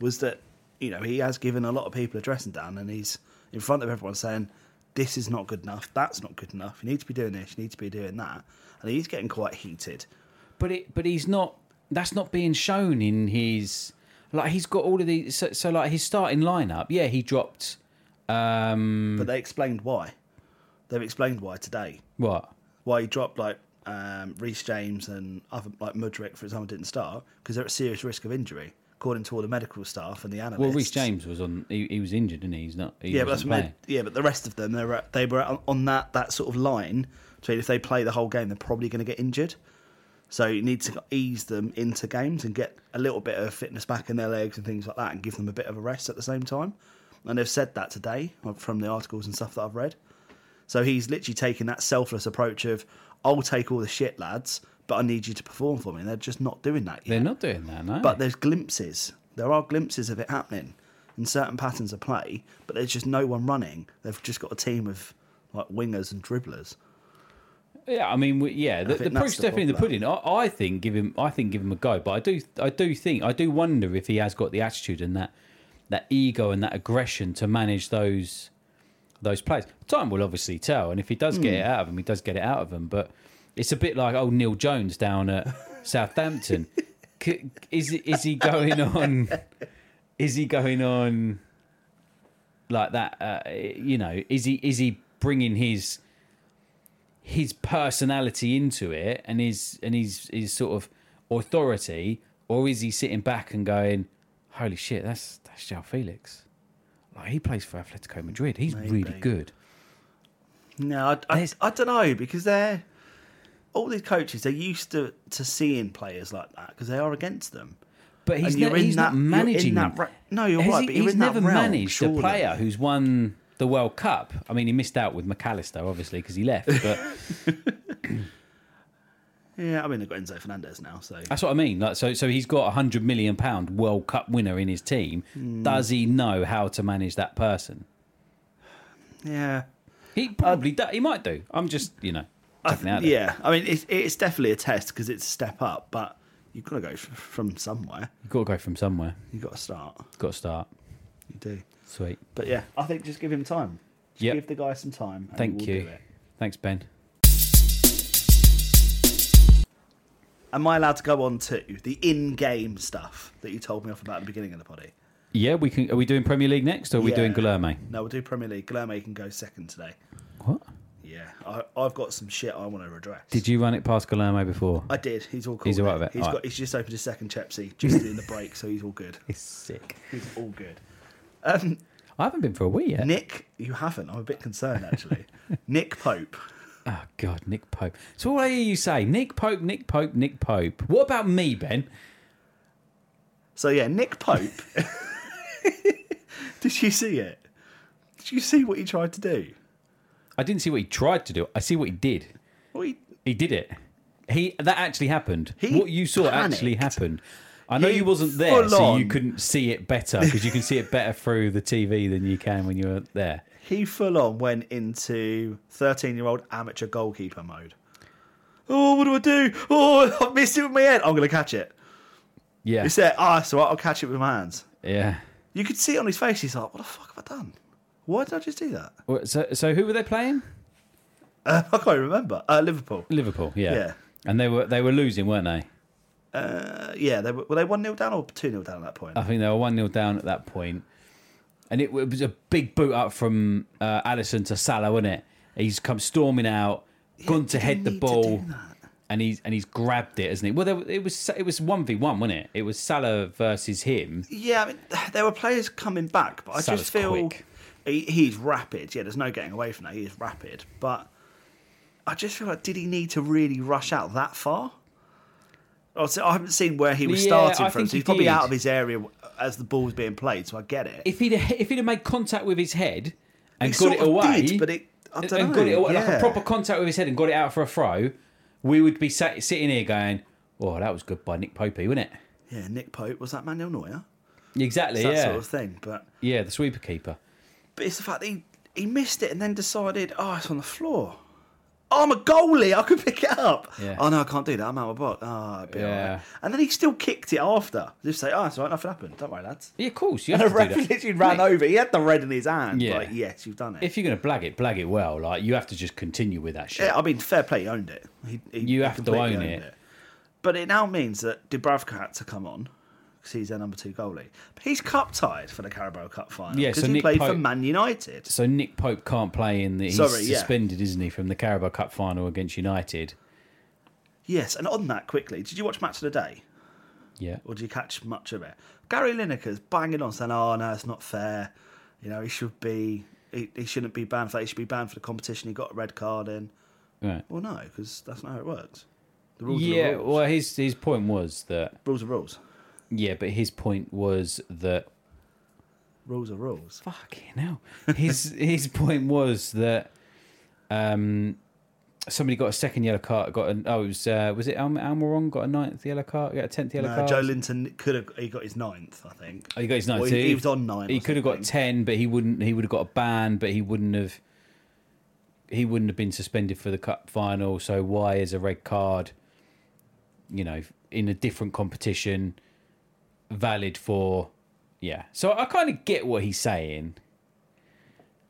Speaker 3: was that you know he has given a lot of people a dressing down, and he's in front of everyone saying, "This is not good enough. That's not good enough. You need to be doing this. You need to be doing that." And he's getting quite heated.
Speaker 2: but it but he's not that's not being shown in his like he's got all of these so, so like his starting lineup yeah he dropped um
Speaker 3: But they explained why. They've explained why today.
Speaker 2: what
Speaker 3: why he dropped like um, Reece James and other like Mudrick, for example, didn't start because they're at serious risk of injury, according to all the medical staff and the analysts.
Speaker 2: well Reece James was on he, he was injured and he? he's not he
Speaker 3: Yeah, but that's
Speaker 2: wasn't
Speaker 3: what
Speaker 2: playing.
Speaker 3: med- yeah, but the rest of them they were at, they were at, on that that sort of line between if they play the whole game, they're probably going to get injured. So you need to ease them into games and get a little bit of fitness back in their legs and things like that, and give them a bit of a rest at the same time. And they've said that uh, today from the articles and stuff that I've read. So he's literally taking that selfless approach of I'll take all the shit, lads, but I need you to perform for me. And they're just not doing that yet.
Speaker 2: They're not doing that, no.
Speaker 3: But there's glimpses. There are glimpses of it happening in certain patterns of play, but there's just no one running. They've just got a team of like wingers and dribblers.
Speaker 2: yeah, I mean, we, yeah, the, the
Speaker 3: think that's
Speaker 2: proof's
Speaker 3: the
Speaker 2: definitely in the
Speaker 3: problem.
Speaker 2: pudding. I, I think give him, I think give him a go. But I do, I do think, I do wonder if he has got the attitude and that, that ego and that aggression to manage those, those players. Time will obviously tell, and if he does
Speaker 3: Hmm.
Speaker 2: get it out of him, he does get it out of him. But it's a bit like old Neil Jones down at Southampton. C- Is is he going on? Is he going on like that? Uh, you know, is he is he bringing his his personality into it and his and his his sort of authority, or is he sitting back and going, "Holy shit, that's that's Joao Felix." Like he plays for Atletico Madrid. He's really
Speaker 3: Maybe.
Speaker 2: good.
Speaker 3: No, I, I,
Speaker 2: There's-
Speaker 3: I don't know because they're all these coaches. They're used to to seeing players like that because they are against them.
Speaker 2: But he's,
Speaker 3: And you're
Speaker 2: ne-
Speaker 3: in
Speaker 2: he's not
Speaker 3: that- you're in
Speaker 2: managing.
Speaker 3: that ra- no, you're
Speaker 2: Has
Speaker 3: right,
Speaker 2: he-
Speaker 3: but
Speaker 2: he's
Speaker 3: you're in that
Speaker 2: never
Speaker 3: realm,
Speaker 2: managed
Speaker 3: surely.
Speaker 2: a player who's won the World Cup. I mean, he missed out with McAllister, obviously, because he left. But
Speaker 3: Yeah, I mean they've got Enzo Fernandez now, so
Speaker 2: that's what I mean. Like, so, so he's got a hundred million pound World Cup winner in his team.
Speaker 3: Hmm.
Speaker 2: Does he know how to manage that person?
Speaker 3: yeah.
Speaker 2: He probably do- he might do. I'm just you know.
Speaker 3: Uh, I
Speaker 2: chucking it out
Speaker 3: th-
Speaker 2: there.
Speaker 3: yeah, I mean it's, it's definitely a test because it's a step up, but you've got to go f- from somewhere.
Speaker 2: You've got to go from somewhere.
Speaker 3: You've got to start.
Speaker 2: Got to start.
Speaker 3: You do.
Speaker 2: Sweet.
Speaker 3: But yeah, I think just give him time. Just
Speaker 2: Yep.
Speaker 3: Give the guy some time. and he
Speaker 2: Thank
Speaker 3: will
Speaker 2: you.
Speaker 3: do it.
Speaker 2: Thanks, Ben.
Speaker 3: Am I allowed to go on to the in-game stuff that you told me off about at the beginning of the potty?
Speaker 2: Yeah, we can. Are we doing Premier League next, or are we
Speaker 3: Yeah.
Speaker 2: doing Guillermo?
Speaker 3: No, we'll do Premier League. Guilherme can go second today.
Speaker 2: What?
Speaker 3: Yeah, I, I've got some shit I want to redress.
Speaker 2: Did you run it past Guillermo before?
Speaker 3: I did. He's all cool.
Speaker 2: He's all
Speaker 3: now.
Speaker 2: right with it?
Speaker 3: He's
Speaker 2: All
Speaker 3: got.
Speaker 2: right.
Speaker 3: He's just opened his second Chepsy just in the break, so he's all good.
Speaker 2: It's sick.
Speaker 3: He's all good.
Speaker 2: I haven't been for a wee yet.
Speaker 3: Nick, you haven't. I'm a bit concerned actually. Nick Pope.
Speaker 2: Oh God, Nick Pope. So all I hear you say, Nick Pope, Nick Pope, Nick Pope. What about me, Ben?
Speaker 3: So yeah, Nick Pope. did you see it? Did you see what he tried to do?
Speaker 2: I didn't see what he tried to do. I see what he did.
Speaker 3: Well, he,
Speaker 2: He did it. He that actually happened.
Speaker 3: He
Speaker 2: what you saw actually
Speaker 3: panicked.
Speaker 2: happened. I know
Speaker 3: He
Speaker 2: you wasn't there, so
Speaker 3: full
Speaker 2: you
Speaker 3: on-
Speaker 2: couldn't see it better because you can see it better through the TV than you can when you're there.
Speaker 3: he full on went into 13 year old amateur goalkeeper mode. Oh, what do I do? Oh, I missed it with my head. I'm going to catch it.
Speaker 2: Yeah,
Speaker 3: He said, ah, so I'll catch it with my hands.
Speaker 2: yeah.
Speaker 3: You could see it on his face. He's like, what the fuck have I done? Why did I just do that?
Speaker 2: Well, So, so who were they playing?
Speaker 3: Uh, I can't remember. Uh, Liverpool.
Speaker 2: Liverpool. Yeah.
Speaker 3: Yeah.
Speaker 2: And they were they were losing, weren't they?
Speaker 3: Uh, yeah, they were, were they 1 0 down or 2 0 down at that point?
Speaker 2: I think they were 1 0 down at that point. And it was a big boot up from uh, Allison to Salah, wasn't it? He's come storming out, gone to
Speaker 3: you
Speaker 2: head the
Speaker 3: need to
Speaker 2: ball,
Speaker 3: do that.
Speaker 2: and he's and he's grabbed it, hasn't he? Well, there, it was it was one v one, wasn't it? It was Salah versus him.
Speaker 3: yeah, I mean, there were players coming back, but I
Speaker 2: Salah's
Speaker 3: just feel
Speaker 2: quick.
Speaker 3: he, he's rapid. Yeah, there's no getting away from that. He is rapid. But I just feel like, did he need to really rush out that far? Also, I haven't seen where he was
Speaker 2: Yeah,
Speaker 3: starting
Speaker 2: I
Speaker 3: from,
Speaker 2: think
Speaker 3: so
Speaker 2: he
Speaker 3: he's probably
Speaker 2: did.
Speaker 3: out of his area as the ball's being played, so I get it.
Speaker 2: If he'd if he'd have made contact with his head and
Speaker 3: He
Speaker 2: got
Speaker 3: sort
Speaker 2: it
Speaker 3: of
Speaker 2: away,
Speaker 3: did, but it- I don't
Speaker 2: and
Speaker 3: know,
Speaker 2: got it away, like a
Speaker 3: yeah.
Speaker 2: proper contact with his head and got it out for a throw, we would be sat, sitting here going, "Oh, that was good by Nick Popey, wasn't it?"
Speaker 3: Yeah, Nick Pope, was that Manuel Neuer?
Speaker 2: Exactly.
Speaker 3: It's that
Speaker 2: yeah.
Speaker 3: sort of thing, but.
Speaker 2: Yeah, the sweeper keeper.
Speaker 3: But it's the fact that he, he missed it and then decided, oh, it's on the floor. Oh, I'm a goalie. I could pick it up.
Speaker 2: Yeah.
Speaker 3: Oh, no, I can't do that. I'm out of the box. Oh, it'd be all
Speaker 2: Yeah.
Speaker 3: right. And then he still kicked it after. Just say, oh, it's all right. Nothing happened. Don't worry, lads.
Speaker 2: Yeah, of course. You
Speaker 3: And
Speaker 2: have
Speaker 3: the
Speaker 2: to do
Speaker 3: ref
Speaker 2: that.
Speaker 3: literally ran over. He had the red in his hand.
Speaker 2: Yeah.
Speaker 3: Like, yes, you've done it.
Speaker 2: If you're going to blag it, blag it well. Like you have to just continue with that shit.
Speaker 3: yeah, I mean, fair play. He owned it. He, he,
Speaker 2: You
Speaker 3: he
Speaker 2: have to
Speaker 3: completely
Speaker 2: own
Speaker 3: owned
Speaker 2: it.
Speaker 3: But it now means that Dubravka had to come on because he's their number two goalie. But he's cup tied for the Carabao Cup final
Speaker 2: Yeah,
Speaker 3: because
Speaker 2: so
Speaker 3: he
Speaker 2: Nick
Speaker 3: played for
Speaker 2: Pope-
Speaker 3: Man United.
Speaker 2: So Nick Pope can't play in the. He's
Speaker 3: Sorry, yeah.
Speaker 2: suspended, isn't he, from the Carabao Cup final against United?
Speaker 3: Yes, and on that quickly, did you watch Match of the Day?
Speaker 2: Yeah.
Speaker 3: or do you catch much of it? Gary Lineker's banging on saying, "Oh no, it's not fair. You know, he should be. He, he shouldn't be banned for that. He should be banned for the competition. He got a red card in.
Speaker 2: Right.
Speaker 3: Well, no, because that's not how it works. The rules are
Speaker 2: Yeah.
Speaker 3: the rules.
Speaker 2: Well, his his point was that.
Speaker 3: rules are rules.
Speaker 2: Yeah, but his point was that.
Speaker 3: Rules are rules.
Speaker 2: Fucking hell. His his point was that. Um, somebody got a second yellow card. Got an oh, it was uh, was it Al- Almiron got a ninth yellow card? Got a tenth yellow
Speaker 3: No,
Speaker 2: card.
Speaker 3: Joe Linton could have. He got his ninth, I think.
Speaker 2: Oh, he got his ninth.
Speaker 3: Well,
Speaker 2: so
Speaker 3: he- he was on nine
Speaker 2: He
Speaker 3: or
Speaker 2: could have got
Speaker 3: something.
Speaker 2: ten, but he wouldn't. He would have got a ban, but he wouldn't have. He wouldn't have been suspended for the cup final. So why is a red card? You know, in a different competition, valid for, yeah. So I kind of get what he's saying.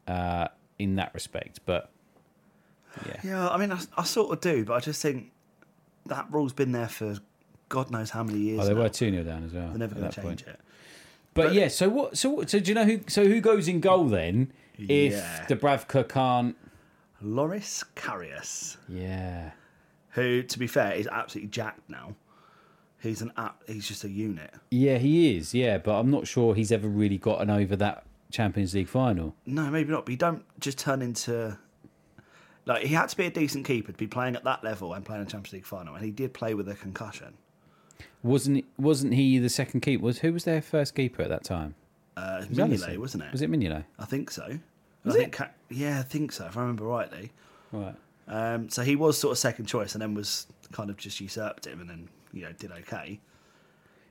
Speaker 2: Uh, in that respect, but
Speaker 3: Yeah, I mean, I, I sort of do, but I just think that rule's been there for God knows how many years.
Speaker 2: oh, they
Speaker 3: now.
Speaker 2: were two 0 down as well.
Speaker 3: They're
Speaker 2: at
Speaker 3: never going
Speaker 2: that
Speaker 3: to change
Speaker 2: point.
Speaker 3: it.
Speaker 2: But, yeah, so what? So what, so do you know who? So who goes in goal then? If
Speaker 3: Yeah.
Speaker 2: Dubravka can't,
Speaker 3: Loris Karius,
Speaker 2: yeah.
Speaker 3: who, to be fair, is absolutely jacked now. He's an app. He's just a unit.
Speaker 2: Yeah, he is. Yeah, but I'm not sure he's ever really gotten over that Champions League final.
Speaker 3: No, maybe not. But you don't just turn into like he had to be a decent keeper to be playing at that level and playing a Champions League final, and he did play with a concussion.
Speaker 2: Wasn't wasn't he the second keeper? Was who was their first keeper at that time?
Speaker 3: Uh,
Speaker 2: Was
Speaker 3: Mignolet,
Speaker 2: Allison?
Speaker 3: wasn't it?
Speaker 2: Was it Mignolet?
Speaker 3: I think so. And I think Ca- yeah, I think so. If I remember rightly.
Speaker 2: Right.
Speaker 3: Um, so he was sort of second choice, and then was kind of just usurped him, and then you know did okay.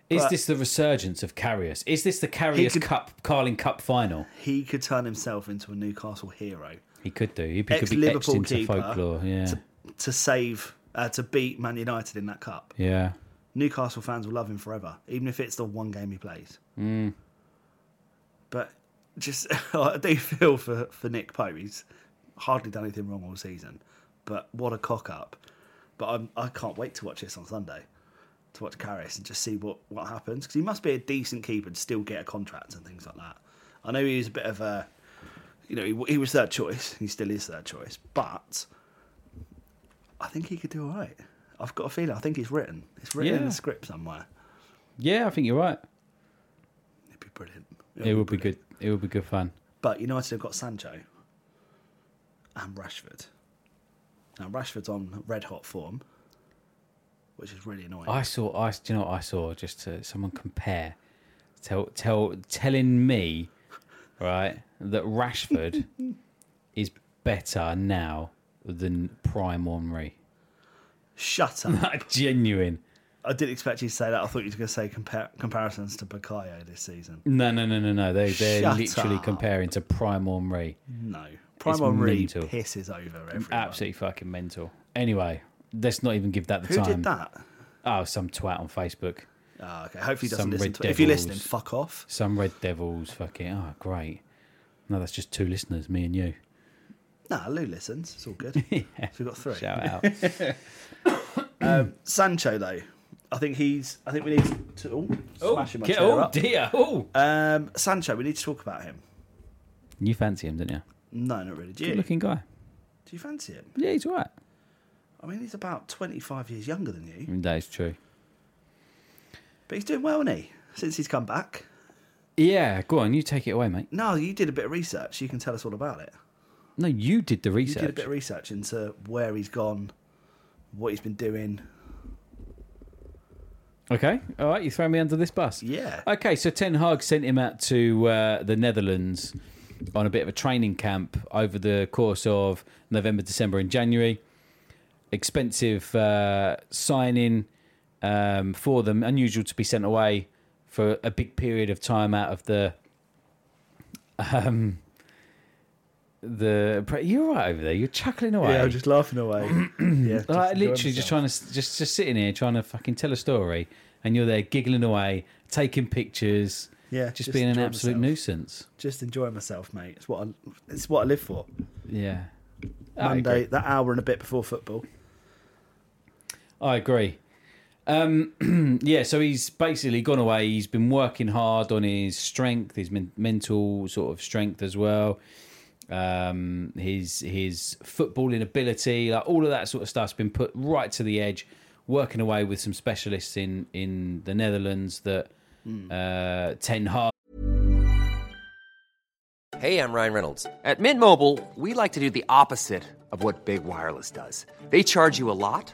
Speaker 2: Is
Speaker 3: But-
Speaker 2: this the resurgence of Carrius? Is this the
Speaker 3: He
Speaker 2: Carrius
Speaker 3: could-
Speaker 2: Cup Carling Cup final?
Speaker 3: He could turn himself into a Newcastle hero.
Speaker 2: He could do. He could
Speaker 3: Ex
Speaker 2: be etched
Speaker 3: Liverpool
Speaker 2: into
Speaker 3: keeper
Speaker 2: folklore. Yeah.
Speaker 3: to, to save uh, to beat Man United in that cup.
Speaker 2: Yeah.
Speaker 3: Newcastle fans will love him forever, even if it's the one game he plays. But just I do feel for, for Nick Pope. He's hardly done anything wrong all season. But what a cock up. But I'm, I can't wait to watch this on Sunday to watch Karras and just see what, what happens because he must be a decent keeper and still get a contract and things like that. I know he was a bit of a, you know, he, he was third choice. He still is third choice, but I think he could do all right. I've got a feeling. I think it's written. It's written in
Speaker 2: Yeah.
Speaker 3: the script somewhere.
Speaker 2: Yeah, I think you're right.
Speaker 3: It'd be brilliant.
Speaker 2: It would be good. It would be good fun.
Speaker 3: But United have got Sancho and Rashford. Now Rashford's on red hot form, which is really annoying.
Speaker 2: I saw. I do you know what I saw? Just to, someone compare, tell tell telling me, right, that Rashford is better now than prime Henry.
Speaker 3: Shut up.
Speaker 2: Like, Genuine.
Speaker 3: I didn't expect you to say that. I thought you were going to say compar- comparisons to Bakayo this season.
Speaker 2: No, no, no, no, no. They they're
Speaker 3: Shut
Speaker 2: literally
Speaker 3: up.
Speaker 2: comparing to prime Henry.
Speaker 3: No, Prime Henry
Speaker 2: mental. Mm,
Speaker 3: pisses over everyone.
Speaker 2: Absolutely fucking mental. Anyway, let's not even give that the
Speaker 3: Who
Speaker 2: time.
Speaker 3: did that?
Speaker 2: Oh, some twat on Facebook.
Speaker 3: Oh, okay. Hopefully, he doesn't
Speaker 2: Some
Speaker 3: listen
Speaker 2: Red
Speaker 3: to it. If you're
Speaker 2: Devils.
Speaker 3: listening, fuck off.
Speaker 2: Some Red Devils. Fucking. Oh, great. No, that's just two listeners, me and you.
Speaker 3: Nah, Lou listens. It's all good. So we've got three.
Speaker 2: Shout out.
Speaker 3: Sancho though, I think he's. I think we need to ooh, smashing my
Speaker 2: Get-
Speaker 3: chair
Speaker 2: oh
Speaker 3: up.
Speaker 2: dear. Oh.
Speaker 3: Um, Sancho, we need to talk about him.
Speaker 2: You fancy him, didn't you?
Speaker 3: No, not really. Do you?
Speaker 2: Good looking guy.
Speaker 3: Do you fancy him?
Speaker 2: Yeah, he's right.
Speaker 3: I mean, he's about 25 years younger than you,
Speaker 2: That is true.
Speaker 3: but he's doing well, isn't he? Since he's come back.
Speaker 2: Yeah, go on, you take it away, mate.
Speaker 3: No, you did a bit of research. You can tell us all about it.
Speaker 2: No, you did the
Speaker 3: You
Speaker 2: research.
Speaker 3: did a bit of research into where he's gone, what he's been doing.
Speaker 2: okay, all right, you throw me under this bus.
Speaker 3: Yeah.
Speaker 2: Okay, so Ten Hag sent him out to uh, the Netherlands on a bit of a training camp over the course of November, December, and January. Expensive uh, signing um, for them. Unusual to be sent away for a big period of time out of the. Um, the you're right over there. You're chuckling away.
Speaker 3: laughing away. yeah,
Speaker 2: like literally just trying to just just sitting here trying to fucking tell a story, and you're there giggling away, taking pictures.
Speaker 3: Yeah,
Speaker 2: just,
Speaker 3: just
Speaker 2: being an
Speaker 3: enjoying
Speaker 2: absolute
Speaker 3: myself.
Speaker 2: nuisance.
Speaker 3: just enjoying myself, mate. It's what I, it's what I live for.
Speaker 2: Yeah, I
Speaker 3: Monday,
Speaker 2: agree.
Speaker 3: that hour and a bit before football.
Speaker 2: I agree. Um, yeah, so he's basically gone away. He's been working hard on his strength, his men- mental sort of strength as well. Um, his his footballing ability, like all of that sort of stuff's been put right to the edge. Working away with some specialists in in the Netherlands that uh, Ten Hag
Speaker 4: Hey, I'm Ryan Reynolds. At Mint Mobile, we like to do the opposite of what Big Wireless does. They charge you a lot,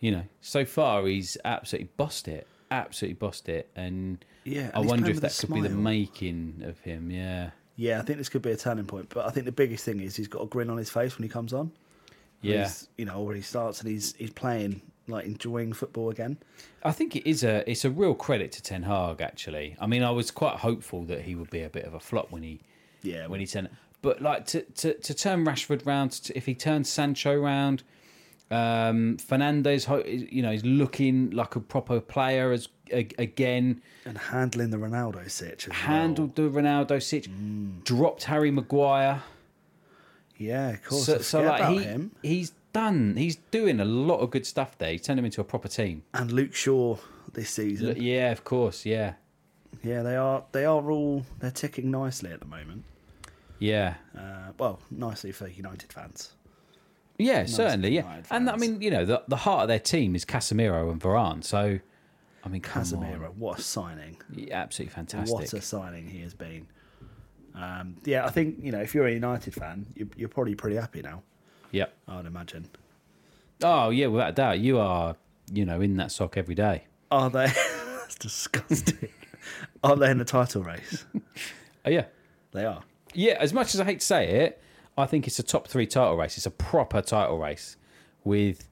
Speaker 2: you know, so far he's absolutely bossed it, absolutely bossed it, and
Speaker 3: Yeah, and
Speaker 2: I
Speaker 3: he's
Speaker 2: wonder
Speaker 3: playing
Speaker 2: if
Speaker 3: with
Speaker 2: that
Speaker 3: a
Speaker 2: could be the
Speaker 3: smile.
Speaker 2: making of him. Yeah,
Speaker 3: Yeah, I think this could be a turning point. But I think the biggest thing is he's got a grin on his face when he comes on.
Speaker 2: yeah.
Speaker 3: He's, you know, when he starts and he's he's playing like enjoying football again.
Speaker 2: I think it is a it's a real credit to Ten Hag. Actually, I mean, I was quite hopeful that he would be a bit of a flop when he
Speaker 3: Yeah,
Speaker 2: when he turned. But like to to, to turn Rashford round, to, if he turns Sancho round, um, Fernandez, ho- you know, is looking like a proper player as a, again.
Speaker 3: and handling the Ronaldo sitch. As
Speaker 2: Handled the Ronaldo sitch,
Speaker 3: Mm.
Speaker 2: dropped Harry Maguire.
Speaker 3: well. yeah, of course.
Speaker 2: So,
Speaker 3: I
Speaker 2: so
Speaker 3: forget
Speaker 2: like
Speaker 3: about
Speaker 2: he
Speaker 3: him
Speaker 2: he's done. He's doing a lot of good stuff there. He's turned him into a proper team.
Speaker 3: and Luke Shaw this season.
Speaker 2: Yeah, of course. Yeah,
Speaker 3: Yeah, they are they are all they're ticking nicely at the moment.
Speaker 2: yeah.
Speaker 3: Uh, well, nicely for United fans.
Speaker 2: Yeah, certainly. Yeah,
Speaker 3: United
Speaker 2: and I
Speaker 3: fans.
Speaker 2: mean, you know, the the heart of their team is Casemiro and Varane. So, I mean, come
Speaker 3: Casemiro, what a signing!
Speaker 2: on, Yeah, absolutely fantastic.
Speaker 3: What a signing he has been. Um, yeah, I think you know if you're a United fan, you're, you're probably pretty happy now.
Speaker 2: Yep.
Speaker 3: I'd imagine.
Speaker 2: Oh yeah, without a doubt, you are, you know, in that sock every day.
Speaker 3: Are they? That's disgusting. are they in the title race?
Speaker 2: Oh yeah,
Speaker 3: They are.
Speaker 2: yeah. As much as I hate to say it, I think it's a top three title race. It's a proper title race with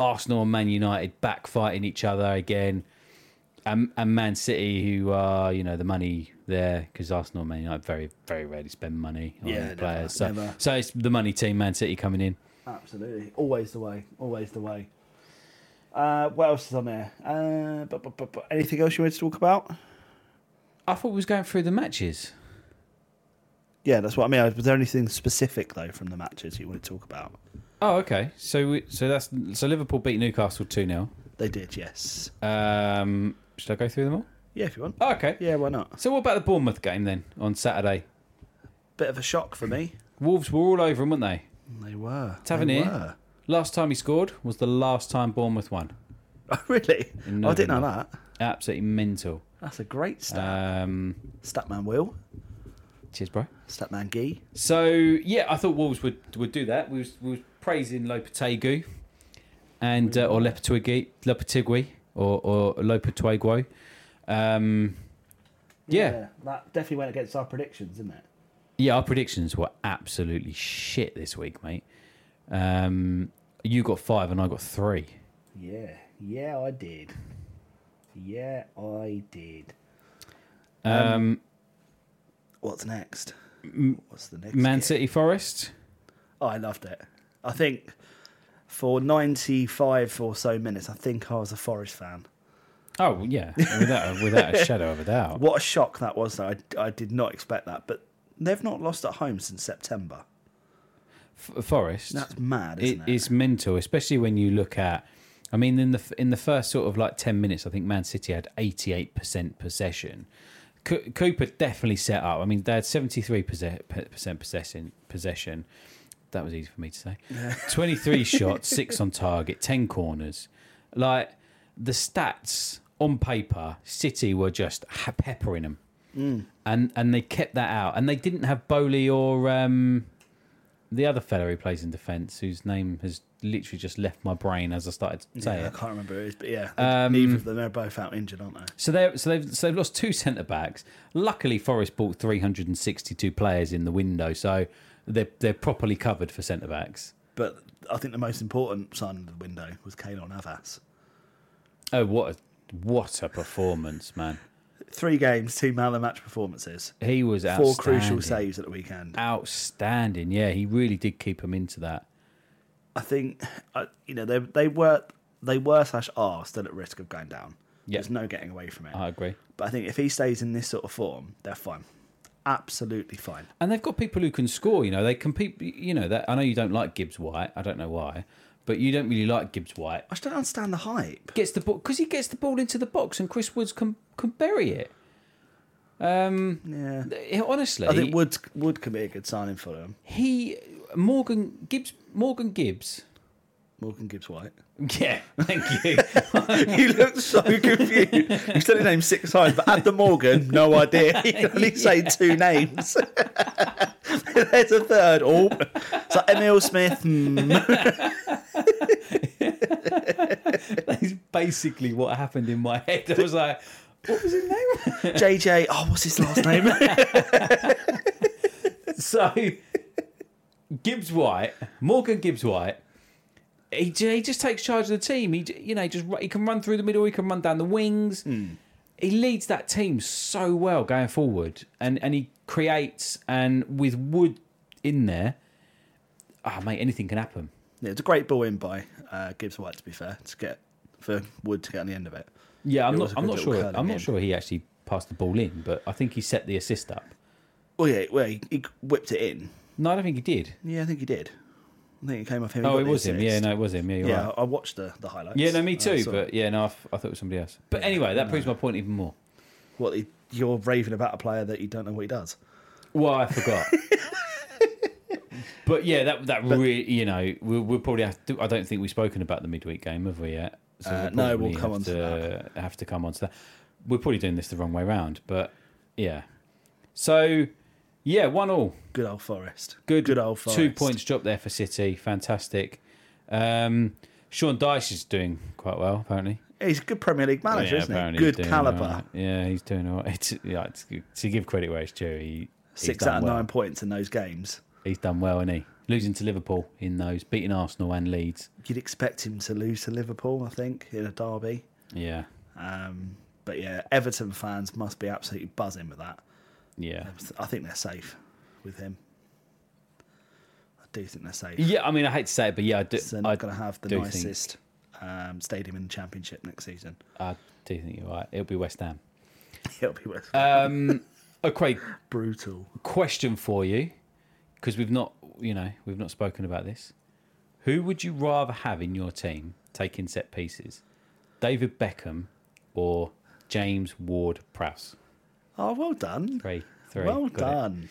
Speaker 2: Arsenal and Man United back fighting each other again, and and Man City who are, you know, the money there because Arsenal and Man United very very rarely spend money on
Speaker 3: Yeah,
Speaker 2: their
Speaker 3: never,
Speaker 2: players. So
Speaker 3: never.
Speaker 2: so it's the money team, Man City coming in.
Speaker 3: Absolutely. Always the way. Always the way. Uh, what else is on there? Uh, but, but, but, but anything else you wanted to talk about?
Speaker 2: I thought we was going through the matches.
Speaker 3: Yeah, that's what I mean. Was there anything specific though from the matches you want to talk about?
Speaker 2: Oh, okay. So we, so that's so Liverpool beat Newcastle two 0
Speaker 3: They did, yes.
Speaker 2: Um, should I go through them all?
Speaker 3: Yeah, if you want.
Speaker 2: Oh, okay.
Speaker 3: Yeah, why not?
Speaker 2: So what about the Bournemouth game then on Saturday?
Speaker 3: Bit of a shock for me.
Speaker 2: Wolves were all over them, weren't they?
Speaker 3: They were.
Speaker 2: Tavernier.
Speaker 3: They were.
Speaker 2: Last time he scored was the last time Bournemouth won.
Speaker 3: Oh, really?
Speaker 2: In
Speaker 3: I didn't know
Speaker 2: November.
Speaker 3: that.
Speaker 2: Absolutely mental.
Speaker 3: That's a great stat.
Speaker 2: Um,
Speaker 3: Statman Will.
Speaker 2: cheers, bro.
Speaker 3: Statman Gee.
Speaker 2: So yeah, I thought Wolves would would do that. We was, we was praising Lopetegu and uh, or Lepetegi, Lopetegui or or Lopetegui. Um, yeah,
Speaker 3: That definitely went against our predictions, didn't it?
Speaker 2: yeah. Our predictions were absolutely shit this week, mate. Um, you got five and I got three.
Speaker 3: Yeah. Yeah, I did. Yeah, I did.
Speaker 2: Um,
Speaker 3: What's next? What's the next?
Speaker 2: Man
Speaker 3: game?
Speaker 2: City Forest.
Speaker 3: Oh, I loved it. I think for 95 or so minutes, I think I was a Forest fan.
Speaker 2: Oh yeah, without a, without a shadow of a doubt.
Speaker 3: What a shock that was, though. I, I did not expect that. But they've not lost at home since September.
Speaker 2: F- Forest.
Speaker 3: That's mad,
Speaker 2: It
Speaker 3: isn't it?
Speaker 2: is mental, especially when you look at. I mean, in the f- in the first sort of like ten minutes, I think Man City had eighty eight percent possession. Co- Cooper definitely set up. I mean, they had seventy three percent possession. Possession. That was easy for me to say. Twenty three shots, six on target, ten corners. Like the stats on paper, City were just ha- peppering them, and and they kept that out, and they didn't have Bowley or. Um, the other fella who plays in defence, whose name has literally just left my brain as I started to say
Speaker 3: Yeah, I
Speaker 2: it.
Speaker 3: can't remember who it is, but yeah,
Speaker 2: Um,
Speaker 3: neither of them are both out injured, aren't they?
Speaker 2: So they so they've so they've lost two centre backs. Luckily, Forest bought 362 players in the window, so they're they're properly covered for centre backs.
Speaker 3: But I think the most important sign of the window was Kaelon Navas.
Speaker 2: Oh, what a, what a performance, man!
Speaker 3: three games, two man of the match performances,
Speaker 2: He was
Speaker 3: four crucial
Speaker 2: outstanding.
Speaker 3: saves at the weekend.
Speaker 2: Outstanding. Yeah, he really did keep him into that.
Speaker 3: I think uh, you know they they were they were slash are still at risk of going down.
Speaker 2: Yeah. Uh-huh.
Speaker 3: There's no getting away from it.
Speaker 2: I agree.
Speaker 3: But I think if he stays in this sort of form, they're fine, absolutely fine.
Speaker 2: And they've got people who can score. You know, they compete. You know, that I know you don't like Gibbs White. I don't know why, but you don't really like Gibbs White.
Speaker 3: I just don't understand the hype.
Speaker 2: Gets the ball because he gets the ball into the box, and Chris Woods can can bury it.
Speaker 3: Yeah,
Speaker 2: Eh, Honestly,
Speaker 3: I think Wood Wood could be a good signing for them.
Speaker 2: he Morgan Gibbs Morgan Gibbs.
Speaker 3: Morgan Gibbs White.
Speaker 2: Yeah, thank you.
Speaker 3: you look so confused. You said his name six times, but add the Morgan, no idea. You can only say two names. There's a third. Oh, it's like Emil Smith. hmm.
Speaker 2: That's basically what happened in my head. I was like, what was his name?
Speaker 3: JJ. Oh, what's his last name?
Speaker 2: so Gibbs White, Morgan Gibbs White, he, j- he just takes charge of the team. He j- you know just ru- he can run through the middle, he can run down the wings.
Speaker 3: Hmm.
Speaker 2: He leads that team so well going forward, and and he creates and with Wood in there, ah mate, anything can happen.
Speaker 3: Yeah, it's a great ball in by uh, Gibbs White. To be fair, to get for Wood to get on the end of it.
Speaker 2: Yeah, I'm
Speaker 3: It was
Speaker 2: not
Speaker 3: a
Speaker 2: I'm
Speaker 3: good
Speaker 2: not
Speaker 3: little
Speaker 2: sure
Speaker 3: curling
Speaker 2: I'm not
Speaker 3: in.
Speaker 2: sure he actually passed the ball in, but I think he set the assist up.
Speaker 3: Well, Oh, yeah, well, he, he whipped it in.
Speaker 2: No, I don't think he did.
Speaker 3: Yeah, I think he did. I think it came off him. He
Speaker 2: Oh,
Speaker 3: got
Speaker 2: it
Speaker 3: the
Speaker 2: was him.
Speaker 3: assist.
Speaker 2: Yeah, no, it was him. Yeah, you're
Speaker 3: yeah.
Speaker 2: right.
Speaker 3: I I watched the the highlights. Uh,
Speaker 2: Yeah, no, me
Speaker 3: I
Speaker 2: too.
Speaker 3: saw
Speaker 2: But yeah, no, I, f- I thought it was somebody else. But anyway, that proves my point even more.
Speaker 3: what he, you're raving about a player that you don't know what he does.
Speaker 2: Well, I forgot. but yeah, that that really, you know, we'll, we'll probably have to. I don't think we've spoken about the midweek game, have we yet? So
Speaker 3: Uh, no, we'll
Speaker 2: probably
Speaker 3: come
Speaker 2: have
Speaker 3: on to
Speaker 2: to have to come on to that. We're probably doing this the wrong way round, but yeah. So yeah, one all.
Speaker 3: Good old Forest.
Speaker 2: Good,
Speaker 3: good old Forest.
Speaker 2: two points dropped there for City. Fantastic. Um, Sean Dyche is doing quite well apparently.
Speaker 3: He's a good Premier League manager,
Speaker 2: yeah,
Speaker 3: isn't he?
Speaker 2: apparently he's
Speaker 3: Good
Speaker 2: doing uh,
Speaker 3: caliber.
Speaker 2: all right. Yeah, he's doing all right. It's, yeah, it's, to give credit where it's due, he, he's
Speaker 3: Six
Speaker 2: done
Speaker 3: out of
Speaker 2: well.
Speaker 3: nine points in those games.
Speaker 2: He's done well, isn't he? Losing to Liverpool in those, beating Arsenal and Leeds.
Speaker 3: You'd expect him to lose to Liverpool, I think, in a derby.
Speaker 2: Yeah,
Speaker 3: Um, but yeah, Everton fans must be absolutely buzzing with that.
Speaker 2: yeah,
Speaker 3: I think they're safe with him. I do think they're safe.
Speaker 2: yeah. I mean, I hate to say it, but yeah, I do.
Speaker 3: So they're
Speaker 2: I
Speaker 3: not going to have the
Speaker 2: do
Speaker 3: nicest um, stadium in the Championship next season.
Speaker 2: Think, I do think you're right. It'll be West Ham.
Speaker 3: It'll be worth
Speaker 2: Um, okay,
Speaker 3: brutal.
Speaker 2: question for you, because we've not, you know, we've not spoken about this. Who would you rather have in your team taking set pieces, David Beckham or James Ward-Prowse?
Speaker 3: Oh, well done.
Speaker 2: Three, three.
Speaker 3: well
Speaker 2: Got it.
Speaker 3: done.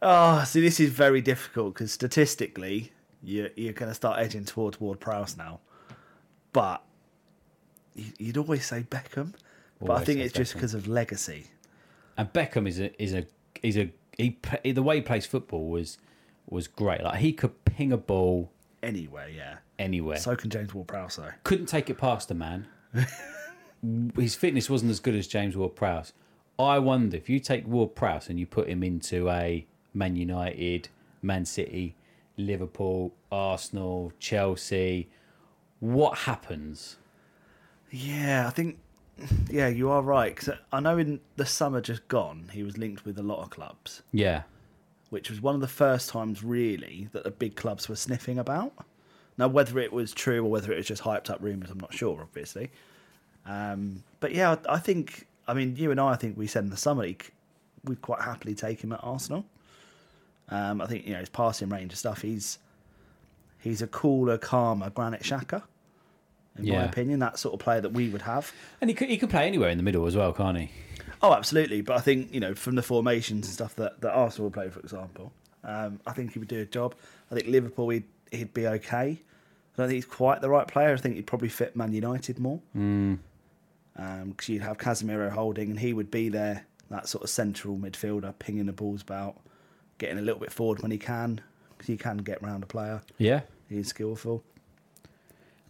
Speaker 3: Oh, see, this is very difficult because statistically, you're, you're going to start edging towards Ward Prowse now. But you- you'd always say Beckham. but I
Speaker 2: Always
Speaker 3: think
Speaker 2: say
Speaker 3: it's just
Speaker 2: Beckham.
Speaker 3: because of legacy.
Speaker 2: And Beckham is a is a is a he pl- the way he plays football was was great. Like he could ping a ball
Speaker 3: Anyway, yeah.
Speaker 2: anywhere.
Speaker 3: So can James Ward Prowse, though.
Speaker 2: Couldn't take it past a man. His fitness wasn't as good as James Ward Prowse. I wonder if you take Ward Prowse and you put him into a Man United, Man City, Liverpool, Arsenal, Chelsea, what happens?
Speaker 3: Yeah, I think. Yeah, you are right. 'cause I know in the summer just gone, he was linked with a lot of clubs,
Speaker 2: Yeah.
Speaker 3: which was one of the first times really that the big clubs were sniffing about. Now, whether it was true or whether it was just hyped up rumours, I'm not sure, obviously. Um, but yeah, I I think. I mean, you and I, I think we said in the summer he c- we'd quite happily take him at Arsenal. Um, I think you know his passing range and stuff. He's he's a cooler, calmer Granite Shaka, in my
Speaker 2: Yeah.
Speaker 3: opinion. That sort of player that we would have.
Speaker 2: And he could he could play anywhere in the middle as well, can't he?
Speaker 3: Oh, absolutely. But I think you know from the formations and stuff that, that Arsenal would play, for example, um, I think he would do a job. I think Liverpool he'd, he'd be okay. I don't think he's quite the right player. I think he'd probably fit Man United more because
Speaker 2: Hmm.
Speaker 3: you'd have Casemiro holding, and he would be there that sort of central midfielder, pinging the balls about, getting a little bit forward when he can because he can get round a player.
Speaker 2: Yeah.
Speaker 3: He's skillful.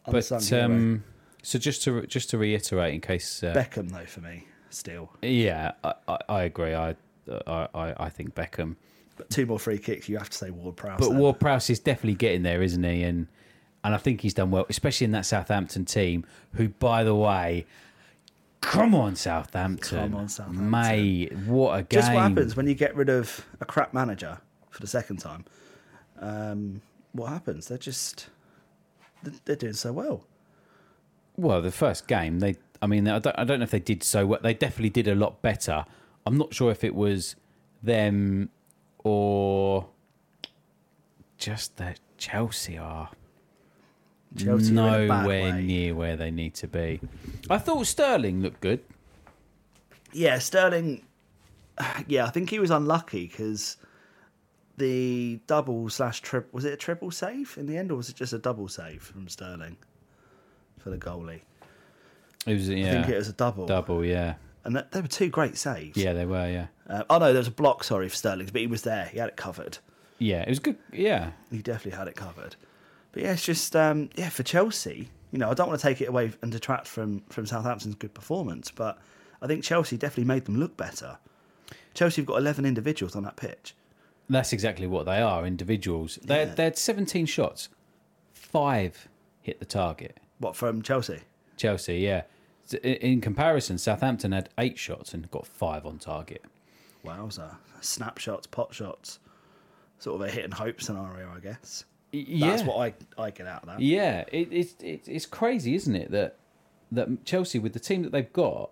Speaker 3: Unsung
Speaker 2: But
Speaker 3: hero.
Speaker 2: um, so just to just to reiterate, in case uh,
Speaker 3: Beckham though for me still,
Speaker 2: yeah, I, I, I agree. I, I I I think Beckham,
Speaker 3: but two more free kicks. You have to say Ward Prowse.
Speaker 2: but Ward Prowse is definitely getting there, isn't he? And and I think he's done well, especially in that Southampton team, who, by the way, Come on, Southampton.
Speaker 3: Come on, Southampton.
Speaker 2: Mate, what a game.
Speaker 3: Just what happens when you get rid of a crap manager for the second time? Um, what happens? They're just they're- they're doing so well.
Speaker 2: Well, the first game, they. I mean, I don't, I don't know if they did so well. They definitely did a lot better. I'm not sure if it was them or just that Chelsea are
Speaker 3: Chelsea are in a bad
Speaker 2: nowhere
Speaker 3: way.
Speaker 2: near where they need to be. I thought Sterling looked good.
Speaker 3: Yeah, Sterling. Yeah, I think he was unlucky because the double slash triple was it a triple save in the end, or was it just a double save from Sterling for the goalie?
Speaker 2: It was yeah,
Speaker 3: I think it was a double.
Speaker 2: double. Yeah,
Speaker 3: and that, they were two great saves.
Speaker 2: yeah, they were. Yeah,
Speaker 3: Uh, oh no, there was a block. Sorry for Sterling, but he was there. He had it covered.
Speaker 2: yeah. It was good. Yeah,
Speaker 3: He definitely had it covered. But yeah, it's just um, yeah for Chelsea. You know, I don't want to take it away and detract from from Southampton's good performance, but I think Chelsea definitely made them look better. Chelsea have got eleven individuals on that pitch.
Speaker 2: that's exactly what they are. Individuals. They they had 17 shots, five hit the target.
Speaker 3: What from Chelsea?
Speaker 2: Chelsea, yeah. S- i- In comparison, Southampton had eight shots and got five on target.
Speaker 3: Wowza! Snapshots, pot shots, sort of a hit and hope scenario, I guess.
Speaker 2: Yeah,
Speaker 3: That's what I I get out of that.
Speaker 2: yeah. It, it's it's it's crazy, isn't it? That that Chelsea with the team that they've got,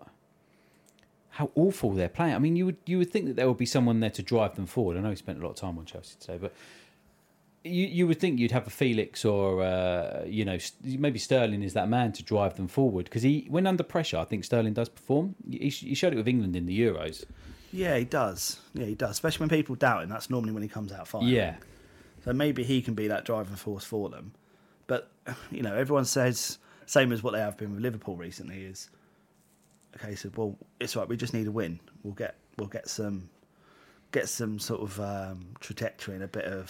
Speaker 2: how awful they're playing. I mean, you would you would think that there would be someone there to drive them forward. I know we spent a lot of time on Chelsea today, but you you would think you'd have a Felix or uh, you know S- maybe Sterling is that man to drive them forward because he when under pressure, I think Sterling does perform. He, he showed it with England in the Euros.
Speaker 3: Yeah, he does. Yeah, he does. Especially when people doubt him, that's normally when he comes out firing.
Speaker 2: Yeah,
Speaker 3: So maybe he can be that driving force for them. But you know, everyone says same as what they have been with Liverpool recently is a case of well, it's all right. We just need a win. We'll get we'll get some get some sort of um, trajectory and a bit of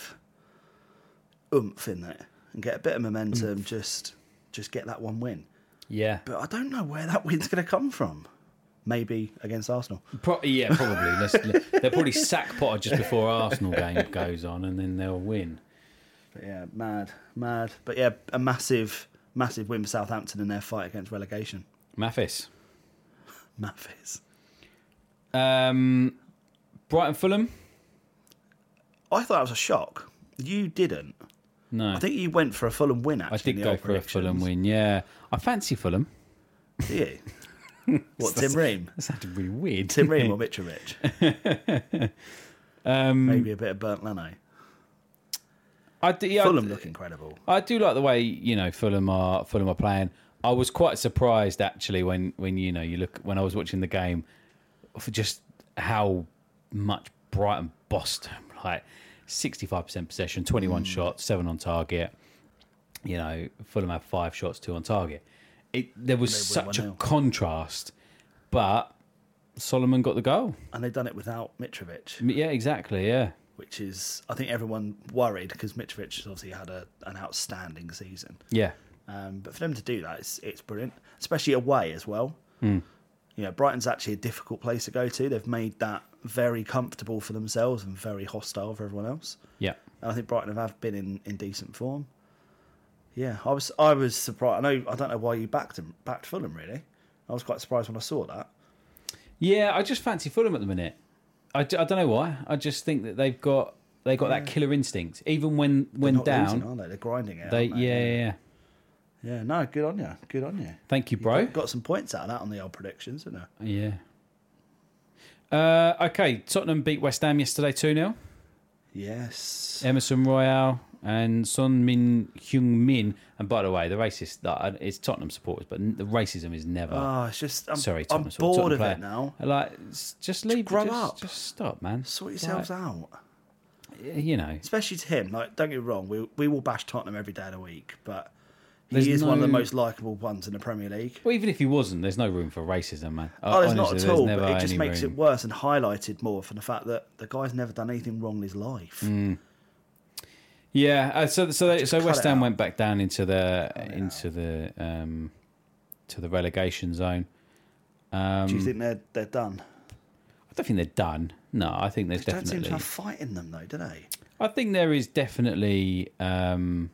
Speaker 3: oomph in it, and get a bit of momentum. Just just get that one win.
Speaker 2: yeah.
Speaker 3: But I don't know where that win's going to come from. Maybe against Arsenal.
Speaker 2: Pro- yeah, probably. Let's, they'll probably sack Potter just before Arsenal game goes on, and then they'll win.
Speaker 3: But yeah, mad, mad. But yeah, a massive, massive win for Southampton in their fight against relegation.
Speaker 2: Mathis,
Speaker 3: Mathis.
Speaker 2: um, Brighton, Fulham.
Speaker 3: I thought it was a shock. You didn't.
Speaker 2: No,
Speaker 3: I think you went for a Fulham win.
Speaker 2: I
Speaker 3: Actually,
Speaker 2: did
Speaker 3: in the
Speaker 2: go
Speaker 3: old
Speaker 2: for a Fulham
Speaker 3: predictions.
Speaker 2: win. Yeah, I fancy Fulham.
Speaker 3: Did you? what Tim Ream?
Speaker 2: That sounded really weird.
Speaker 3: Tim
Speaker 2: didn't
Speaker 3: Ream
Speaker 2: it?
Speaker 3: or Mitrovic?
Speaker 2: Um,
Speaker 3: Maybe a bit of Burnt Leno.
Speaker 2: I do, yeah, I
Speaker 3: Fulham
Speaker 2: d-
Speaker 3: look incredible.
Speaker 2: I do like the way you know Fulham are Fulham are playing. I was quite surprised actually when when you know you look when I was watching the game for just how much Brighton bossed them. Like sixty five percent possession, twenty one shots, seven on target. You know Fulham had five shots, two on target. It there was such a
Speaker 3: 1-0.
Speaker 2: contrast, but Solomon got the goal.
Speaker 3: And they've done it without Mitrovic,
Speaker 2: Yeah, exactly. Yeah,
Speaker 3: which is, I think everyone worried because Mitrovic has obviously had a, an outstanding season.
Speaker 2: yeah.
Speaker 3: Um, but for them to do that, it's, it's brilliant, especially away as well.
Speaker 2: Hmm.
Speaker 3: You know, Brighton's actually a difficult place to go to. They've made that very comfortable for themselves and very hostile for everyone else.
Speaker 2: Yeah,
Speaker 3: And I think Brighton have been in, in decent form. Yeah, I was I was surprised. I know I don't know why you backed them backed Fulham really. I was quite surprised when I saw that.
Speaker 2: yeah. I just fancy Fulham at the minute. I, d- I don't know why. I just think that they've got they got that killer instinct. Even when when
Speaker 3: Not
Speaker 2: down,
Speaker 3: losing, are they? They're grinding it.
Speaker 2: they
Speaker 3: aren't
Speaker 2: yeah, yeah yeah.
Speaker 3: yeah. No, good on you. Good on you.
Speaker 2: Thank you, bro.
Speaker 3: Got some points out of that on the old predictions, didn't I?
Speaker 2: yeah. Uh, okay, Tottenham beat West Ham yesterday two 0
Speaker 3: Yes.
Speaker 2: Emerson Royale and Son Min Hyung Min. And by the way, the racist uh, it's Tottenham supporters, but n- the racism is never.
Speaker 3: Oh, it's just I'm,
Speaker 2: sorry,
Speaker 3: I'm
Speaker 2: Tottenham. supporters,
Speaker 3: bored of
Speaker 2: Tottenham
Speaker 3: it
Speaker 2: player.
Speaker 3: now.
Speaker 2: Like, s- just leave.
Speaker 3: grow
Speaker 2: just,
Speaker 3: up.
Speaker 2: Just stop, man.
Speaker 3: Sort yourselves out.
Speaker 2: Like, You know,
Speaker 3: Especially to him. Like, don't get me wrong. We we will bash Tottenham every day of the week, but he
Speaker 2: There's
Speaker 3: is one of the
Speaker 2: no-
Speaker 3: most likable ones in the Premier League.
Speaker 2: Well, even if he wasn't, there's no room for racism, man.
Speaker 3: Oh, there's not
Speaker 2: Uh, Honestly,
Speaker 3: at
Speaker 2: there's
Speaker 3: all,
Speaker 2: never
Speaker 3: but it just
Speaker 2: any
Speaker 3: makes
Speaker 2: room.
Speaker 3: it worse and highlighted more from the fact that the guy's never done anything wrong in his life.
Speaker 2: Mm, Yeah, uh, so so they, so
Speaker 3: cut
Speaker 2: West
Speaker 3: it
Speaker 2: Ham
Speaker 3: out.
Speaker 2: went back down into the into the um, to the relegation zone. um,
Speaker 3: Do you think they're they're done?
Speaker 2: I don't think they're done. No, I think there's
Speaker 3: They don't seem
Speaker 2: definitely.
Speaker 3: to have fight in them though, do they?
Speaker 2: I think there is definitely. Um,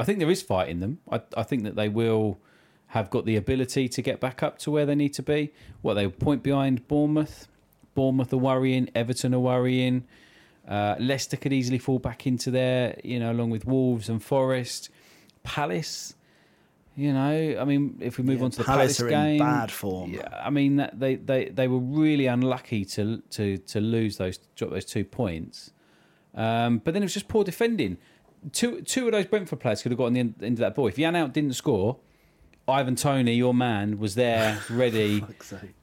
Speaker 2: I think there is fight in them. I, I think that they will. have got the ability to get back up to where they need to be. What they were point behind Bournemouth, Bournemouth are worrying, Everton are worrying. Uh, Leicester could easily fall back into there, you know, along with Wolves and Forest, Palace. You know, I mean, if we move
Speaker 3: Yeah,
Speaker 2: on to the Palace,
Speaker 3: Palace are in
Speaker 2: game,
Speaker 3: bad form.
Speaker 2: Yeah, I mean, that they, they they were really unlucky to to to lose those drop those two points. Um, but then it was just poor defending. Two two of those Brentford players could have gotten the end, end of that ball. If Jan out didn't score, Ivan Tony, your man, was there ready,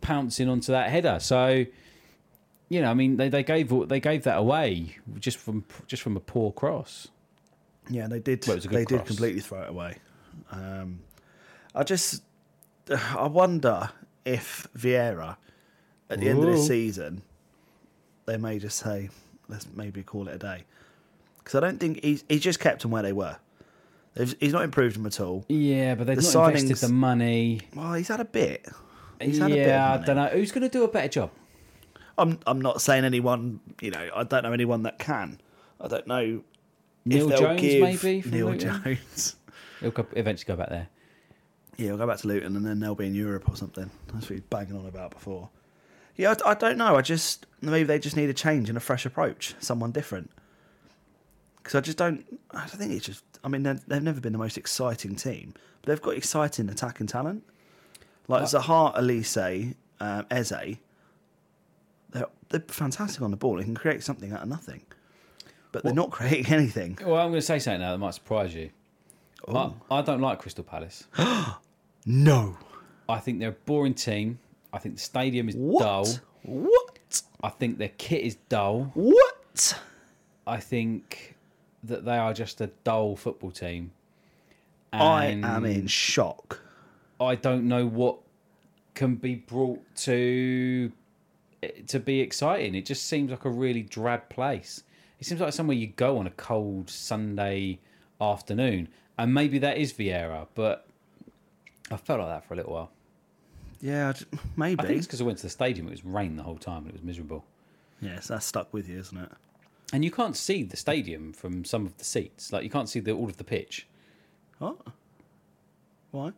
Speaker 2: pouncing onto that header. So, you know, I mean, they, they gave they gave that away just from just from a poor cross.
Speaker 3: Yeah, they did.
Speaker 2: Well, it was a good
Speaker 3: they did
Speaker 2: cross.
Speaker 3: completely throw it away. Um, I just, I wonder if Vieira, at the end of
Speaker 2: Ooh.
Speaker 3: this season, they may just say, let's maybe call it a day, because I don't think he's he's just kept them where they were. They've, he's not improved them at all.
Speaker 2: Yeah, but they've
Speaker 3: The
Speaker 2: not
Speaker 3: signings-
Speaker 2: invested the money.
Speaker 3: Well, he's had a bit. He's
Speaker 2: yeah,
Speaker 3: had a bit.
Speaker 2: I
Speaker 3: Of money.
Speaker 2: don't know who's going to do a better job.
Speaker 3: I'm I'm not saying anyone. You know, I don't know anyone that can. I don't know.
Speaker 2: Neil
Speaker 3: if they'll
Speaker 2: Jones,
Speaker 3: give
Speaker 2: maybe, from
Speaker 3: Neil
Speaker 2: Luton?
Speaker 3: Jones.
Speaker 2: He'll go- eventually go back there.
Speaker 3: Yeah, we'll go back to Luton and then they'll be in Europe or something. That's what he was banging on about before. Yeah, I, I don't know. I just maybe they just need a change and a fresh approach, someone different. Because I just don't. I don't think it's just. I mean, they're- they've never been the most exciting team, but they've got exciting attacking talent. Like Zaha, Elise, um, Eze, they're they're fantastic on the ball. They can create something out of nothing, but they're not creating anything.
Speaker 2: Well, I'm going to say something now that might surprise you. I, I don't like Crystal Palace.
Speaker 3: No.
Speaker 2: I think they're a boring team. I think the stadium is
Speaker 3: What?
Speaker 2: dull.
Speaker 3: What?
Speaker 2: I think their kit is dull.
Speaker 3: What?
Speaker 2: I think that they are just a dull football team.
Speaker 3: I
Speaker 2: And
Speaker 3: am in shock.
Speaker 2: I don't know what can be brought to to be exciting. It just seems like a really drab place. It seems like somewhere you go on a cold Sunday afternoon, and maybe that is Vieira. But I felt like that for a little while.
Speaker 3: Yeah, I d- maybe.
Speaker 2: I think it's because I went to the stadium. It was rain the whole time, and it was miserable.
Speaker 3: yes, that's stuck with you, isn't it?
Speaker 2: And you can't see the stadium from some of the seats. Like you can't see the, all of the pitch.
Speaker 3: What? Why?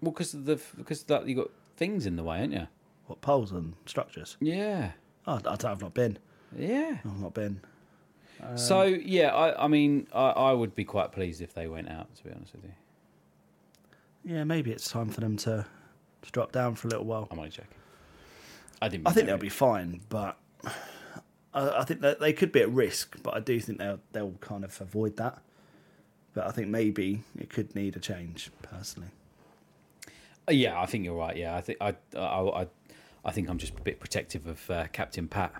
Speaker 2: Well, because the because like, you got things in the way, ain't you?
Speaker 3: What poles and structures?
Speaker 2: Yeah,
Speaker 3: Oh, I, have not been.
Speaker 2: yeah.
Speaker 3: I've not been.
Speaker 2: so
Speaker 3: Um,
Speaker 2: yeah, I, I mean, I, I would be quite pleased if they went out. To be honest with you,
Speaker 3: Yeah, maybe it's time for them to, to drop down for a little while.
Speaker 2: I'm only joking. I didn't.
Speaker 3: I
Speaker 2: mean that
Speaker 3: think they'll
Speaker 2: really.
Speaker 3: be fine, but I, I think that they could be at risk. But I do think they'll they'll kind of avoid that. But I think maybe it could need a change personally.
Speaker 2: Uh, Yeah, I think you're right. Yeah, I think I I I, I think I'm just a bit protective of uh, Captain Pat.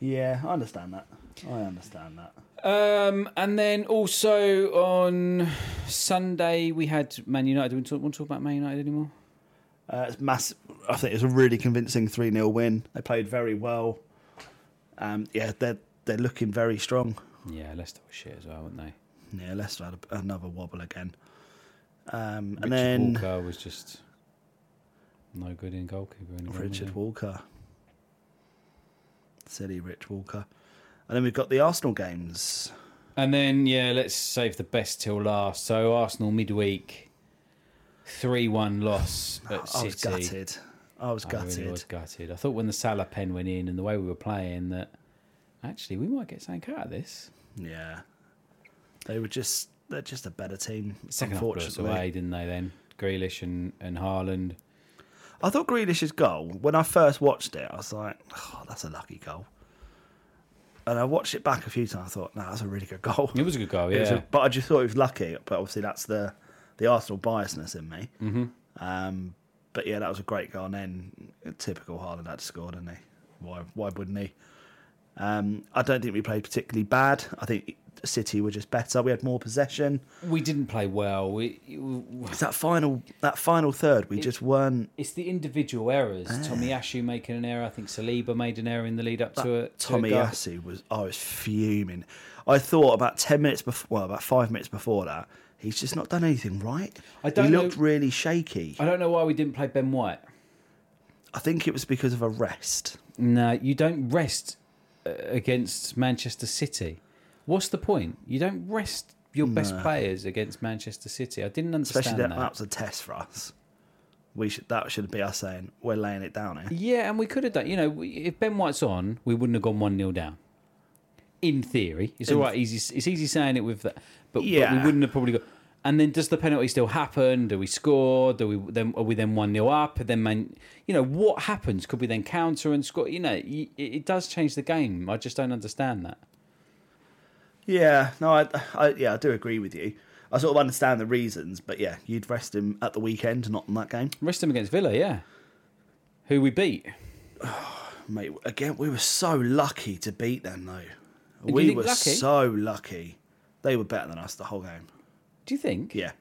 Speaker 3: Yeah, I understand that. I understand that.
Speaker 2: Um, and then also on Sunday we had Man United. Do we talk, want to talk about Man United anymore?
Speaker 3: Uh, it's mass. I think it's a really convincing three 0 win. They played very well. Um, yeah, they're they're looking very strong.
Speaker 2: Yeah, Leicester were shit as well, weren't they?
Speaker 3: Yeah, Leicester had a, another wobble again. Um,
Speaker 2: Richard
Speaker 3: and then
Speaker 2: Walker was just no good in goalkeeper. anymore,
Speaker 3: Richard
Speaker 2: wasn't
Speaker 3: Walker, silly Rich Walker, and then we've got the Arsenal games.
Speaker 2: he? And then yeah, let's save the best till last. So Arsenal midweek, three-one loss at
Speaker 3: I
Speaker 2: City.
Speaker 3: was gutted. I was
Speaker 2: I
Speaker 3: gutted.
Speaker 2: really was gutted. I thought when the Salah pen went in and the way we were playing that actually we might get something out of this.
Speaker 3: Yeah, they were just they're just a better team.
Speaker 2: Second half blew us
Speaker 3: unfortunately.
Speaker 2: away, didn't they? Then Grealish and and Haaland.
Speaker 3: I thought Grealish's goal, when I first watched it, I was like, oh, that's a lucky goal. And I watched it back a few times. I thought, no, that's a really good goal.
Speaker 2: It was a good goal,
Speaker 3: It was a-
Speaker 2: yeah.
Speaker 3: but I just thought it was lucky. But obviously, that's the the Arsenal biasness in me. Mm-hmm. Um, but yeah, that was a great goal. And then typical Haaland had to score, didn't he? Why, why wouldn't he? Um, I don't think we played particularly bad. I think City were just better. We had more possession.
Speaker 2: We didn't play well. We,
Speaker 3: It's that final that final third. We just weren't
Speaker 2: it's the individual errors.
Speaker 3: Ah.
Speaker 2: Tommy Ashu making an error. I think Saliba made an error in the lead up to it.
Speaker 3: Tommy
Speaker 2: to a goal.
Speaker 3: Yasu was I was fuming. I thought about ten minutes before, well, about five minutes before that, he's just not done anything right.
Speaker 2: I don't
Speaker 3: he
Speaker 2: know-
Speaker 3: looked really shaky.
Speaker 2: I don't know why we didn't play Ben White.
Speaker 3: I think it was because of a rest.
Speaker 2: No, you don't rest uh, against Manchester City. What's the point? You don't rest your best players against Manchester City. I didn't understand
Speaker 3: Especially that,
Speaker 2: that.
Speaker 3: that was a test for us. We should that should be us saying we're laying it down here.
Speaker 2: Yeah, and we could have done. You know, we, if Ben White's on, we wouldn't have gone one 0 down. In theory, it's all right. Easy, it's easy saying it with that, but, but we
Speaker 3: Yeah.
Speaker 2: wouldn't have probably got. And then does the penalty still happen? Do we score? Do we then are we then one 0 up? Then man, you know what happens? Could we then counter and score? You know, y- it, it does change the game. I just don't understand that.
Speaker 3: Yeah, no, I, I yeah, I do agree with you. I sort of understand the reasons, but yeah, you'd rest him at the weekend, not in that game,
Speaker 2: Rest them against Villa, yeah. Who we beat?
Speaker 3: mate. Again, we were so lucky to beat them though.
Speaker 2: you
Speaker 3: We
Speaker 2: think
Speaker 3: were
Speaker 2: lucky?
Speaker 3: so lucky. They were better than us the whole game.
Speaker 2: Do you think?
Speaker 3: Yeah,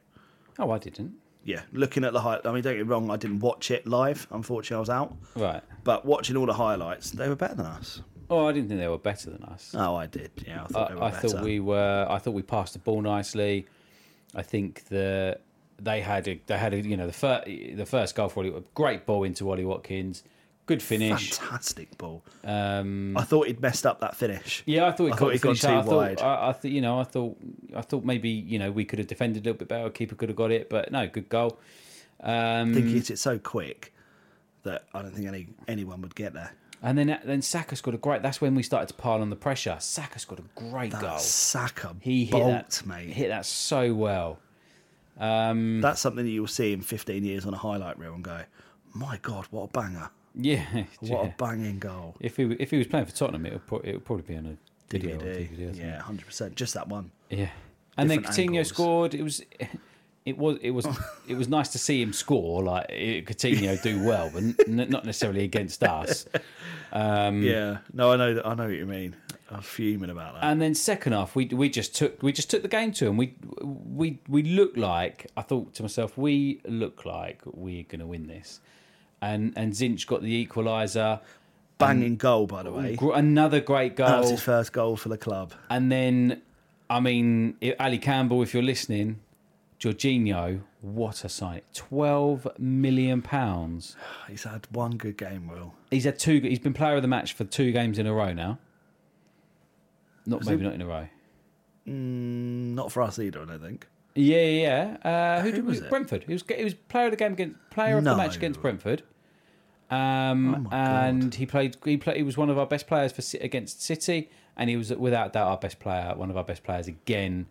Speaker 2: Oh, I didn't.
Speaker 3: yeah. Looking at the high, I mean, don't get me wrong. I didn't watch it live. Unfortunately, I was out.
Speaker 2: Right.
Speaker 3: But watching all the highlights, they were better than us.
Speaker 2: Oh, I didn't think they were better than us.
Speaker 3: Oh, I did. Yeah, I thought they were
Speaker 2: I, I
Speaker 3: better.
Speaker 2: thought we were. I thought we passed the ball nicely. I think the they had a, they had a, you know the first the first goal for Ollie, a great ball into Ollie Watkins, good finish.
Speaker 3: Fantastic ball. Um, I thought he'd messed up that finish.
Speaker 2: Yeah, I thought he
Speaker 3: I
Speaker 2: caught
Speaker 3: thought
Speaker 2: the
Speaker 3: he'd gone
Speaker 2: finish
Speaker 3: too
Speaker 2: out. I thought,
Speaker 3: wide.
Speaker 2: I, I thought you know I thought I thought maybe you know we could have defended a little bit better. Keeper could have got it, but no, good goal.
Speaker 3: I
Speaker 2: um,
Speaker 3: think he hit it so quick that I don't think any anyone would get there.
Speaker 2: And then then Saka scored a great. That's when we started to pile on the pressure. Saka scored a great
Speaker 3: That
Speaker 2: goal.
Speaker 3: Saka
Speaker 2: Oh. He hit
Speaker 3: bolt,
Speaker 2: that,
Speaker 3: mate.
Speaker 2: Hit that so well.
Speaker 3: That's something that you'll see in 15 years on a highlight reel and go, my God, what a banger.
Speaker 2: Yeah.
Speaker 3: What
Speaker 2: yeah.
Speaker 3: a banging goal.
Speaker 2: If he if he was playing for Tottenham, it would pro- it would probably be on a video. or
Speaker 3: DVD.
Speaker 2: DVD or something.
Speaker 3: Yeah, 100%. Just that one.
Speaker 2: yeah. And then Coutinho
Speaker 3: Different angles.
Speaker 2: scored. It was, it was, it was, it was nice to see him score. Like eh, Coutinho do well, but n- not necessarily against us. Mm.
Speaker 3: Yeah. No, I know that. I know what you mean. I'm fuming about that.
Speaker 2: And then second half, we we just took we just took the game to him. We we we look like I thought to myself, we look like we're going to win this. And and Zinch got the equaliser.
Speaker 3: banging goal, by the way.
Speaker 2: Gr- Another great goal.
Speaker 3: That was his first goal for the club.
Speaker 2: And then, I mean, i- Ali Campbell, if you're listening, Jorginho, what a sight. £12 million. pounds.
Speaker 3: He's had one good game, Will.
Speaker 2: He's had two, he's been player of the match for two games in a row now. Not maybe not in a row.
Speaker 3: Not for us either, I don't think.
Speaker 2: Yeah, yeah. yeah. Uh, who, did,
Speaker 3: was
Speaker 2: we-
Speaker 3: it?
Speaker 2: Brentford. He was he was player of the game against player of the match
Speaker 3: No.
Speaker 2: against Brentford. Um,
Speaker 3: Oh my
Speaker 2: and he played he played he was one of our best players for Ci- against City, and he was without doubt our best player, one of our best players again.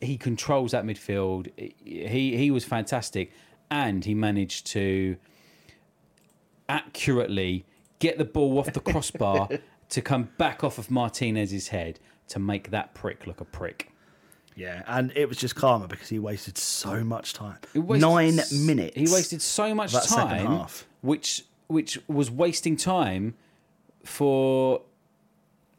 Speaker 2: He controls that midfield. He he was fantastic, and he managed to accurately get the ball off the crossbar to come back off of Martinez's head to make that prick look a prick.
Speaker 3: Yeah, and it was just karma because he wasted so much time.
Speaker 2: He wasted
Speaker 3: Nine
Speaker 2: s-
Speaker 3: minutes.
Speaker 2: He wasted so much
Speaker 3: that second
Speaker 2: time,
Speaker 3: half.
Speaker 2: which which was wasting time for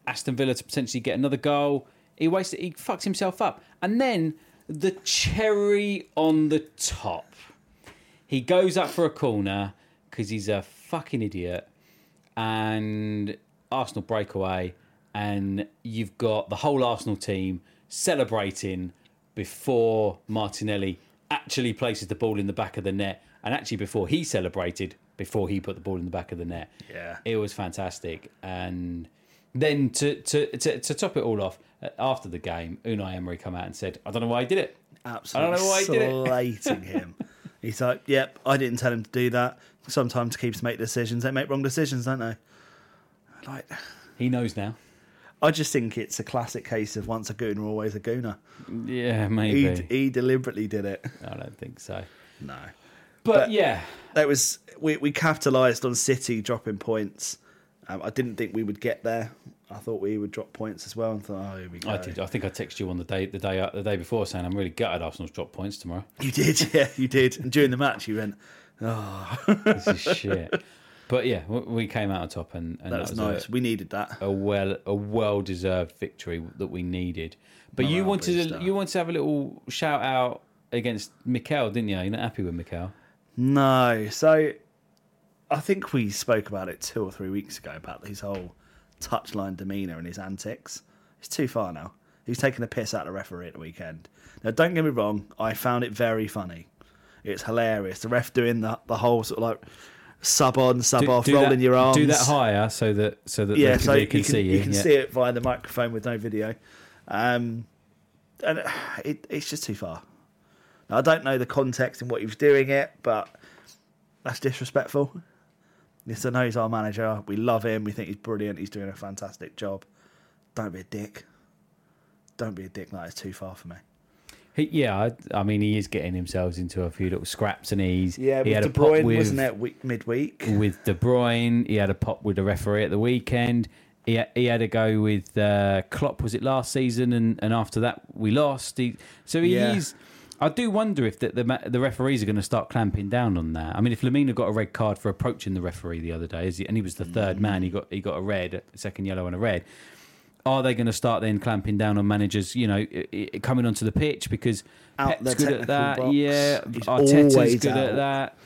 Speaker 2: Aston Villa to potentially get another goal. He wasted. He fucked himself up, and then the cherry on the top. He goes up for a corner because he's a fucking idiot, and Arsenal breakaway, and you've got the whole Arsenal team celebrating before Martinelli actually places the ball in the back of the net, and actually before he celebrated before he put the ball in the back of the net.
Speaker 3: Yeah.
Speaker 2: it was fantastic, and then to to to, to top it all off. uh, After the game, Unai Emery come out and said, "I don't know why I did it.
Speaker 3: Absolutely
Speaker 2: I don't know why he did it.
Speaker 3: slating him. He's like, "Yep, I didn't tell him to do that." Sometimes keeps make decisions. They make wrong decisions, don't they? Like,
Speaker 2: He knows now."
Speaker 3: I just think it's a classic case of once a gooner, always a gooner.
Speaker 2: Yeah,
Speaker 3: He
Speaker 2: maybe.
Speaker 3: he deliberately did it.
Speaker 2: I don't think so.
Speaker 3: No,
Speaker 2: But, yeah,
Speaker 3: that was we we capitalised on City dropping points. Um, I didn't think we would get there. I thought we would drop points as well, and thought, "Oh, here we go."
Speaker 2: I did. I think I texted you on the day, the day, uh, the day before, saying I'm really gutted. Arsenal's drop points tomorrow.
Speaker 3: You did, yeah, you did. And during the match, you went,
Speaker 2: This is shit. But yeah, we- we came out on top, and, and
Speaker 3: "That was nice.
Speaker 2: A,
Speaker 3: we needed that."
Speaker 2: a well, a well deserved victory that we needed. But you wanted, a, you wanted to have a little shout out against Mikel, didn't you? You're not happy with Mikel.
Speaker 3: No. So I think we spoke about it two or three weeks ago about his whole touchline demeanour and his antics. It's too far now. He's taking the piss out of the referee at the weekend. Now, don't get me wrong, I found it very funny. It's hilarious. The ref doing the, the whole sort of like sub on, sub off, rolling
Speaker 2: that,
Speaker 3: your arms.
Speaker 2: Do that higher so that so that
Speaker 3: Yeah,
Speaker 2: they,
Speaker 3: so
Speaker 2: they
Speaker 3: you
Speaker 2: can,
Speaker 3: can,
Speaker 2: see you.
Speaker 3: you can
Speaker 2: yeah.
Speaker 3: see it via the microphone with no video. Um, and uh, it, it's just too far. Now, I don't know the context in what he was doing it, but that's disrespectful. Yes, I know he's our manager. We love him. We think he's brilliant. He's doing a fantastic job. Don't be a dick. Don't be a dick. That is too far for me.
Speaker 2: He, yeah, I, I mean, he is getting himself into a few little scraps, and he's
Speaker 3: Yeah,
Speaker 2: he
Speaker 3: with
Speaker 2: had
Speaker 3: De
Speaker 2: a pop
Speaker 3: Bruyne,
Speaker 2: with-
Speaker 3: wasn't it? Week, midweek.
Speaker 2: with De Bruyne. He had a pop with the referee at the weekend. He, ha- he had a go with uh, Klopp. Was it last season? And, and after that, we lost. He, so he
Speaker 3: Yeah.
Speaker 2: is. I do wonder if the the, ma- the referees are going to start clamping down on that. I mean, if Lamina got a red card for approaching the referee the other day, is he, and he was the third man, he got he got a red, a second yellow, and a red. Are they going to start then clamping down on managers? You know, i i coming onto the pitch because
Speaker 3: Out
Speaker 2: Pep's
Speaker 3: the
Speaker 2: good at
Speaker 3: technical
Speaker 2: that.
Speaker 3: box.
Speaker 2: Yeah,
Speaker 3: He's
Speaker 2: Arteta's
Speaker 3: always
Speaker 2: good at
Speaker 3: out.
Speaker 2: that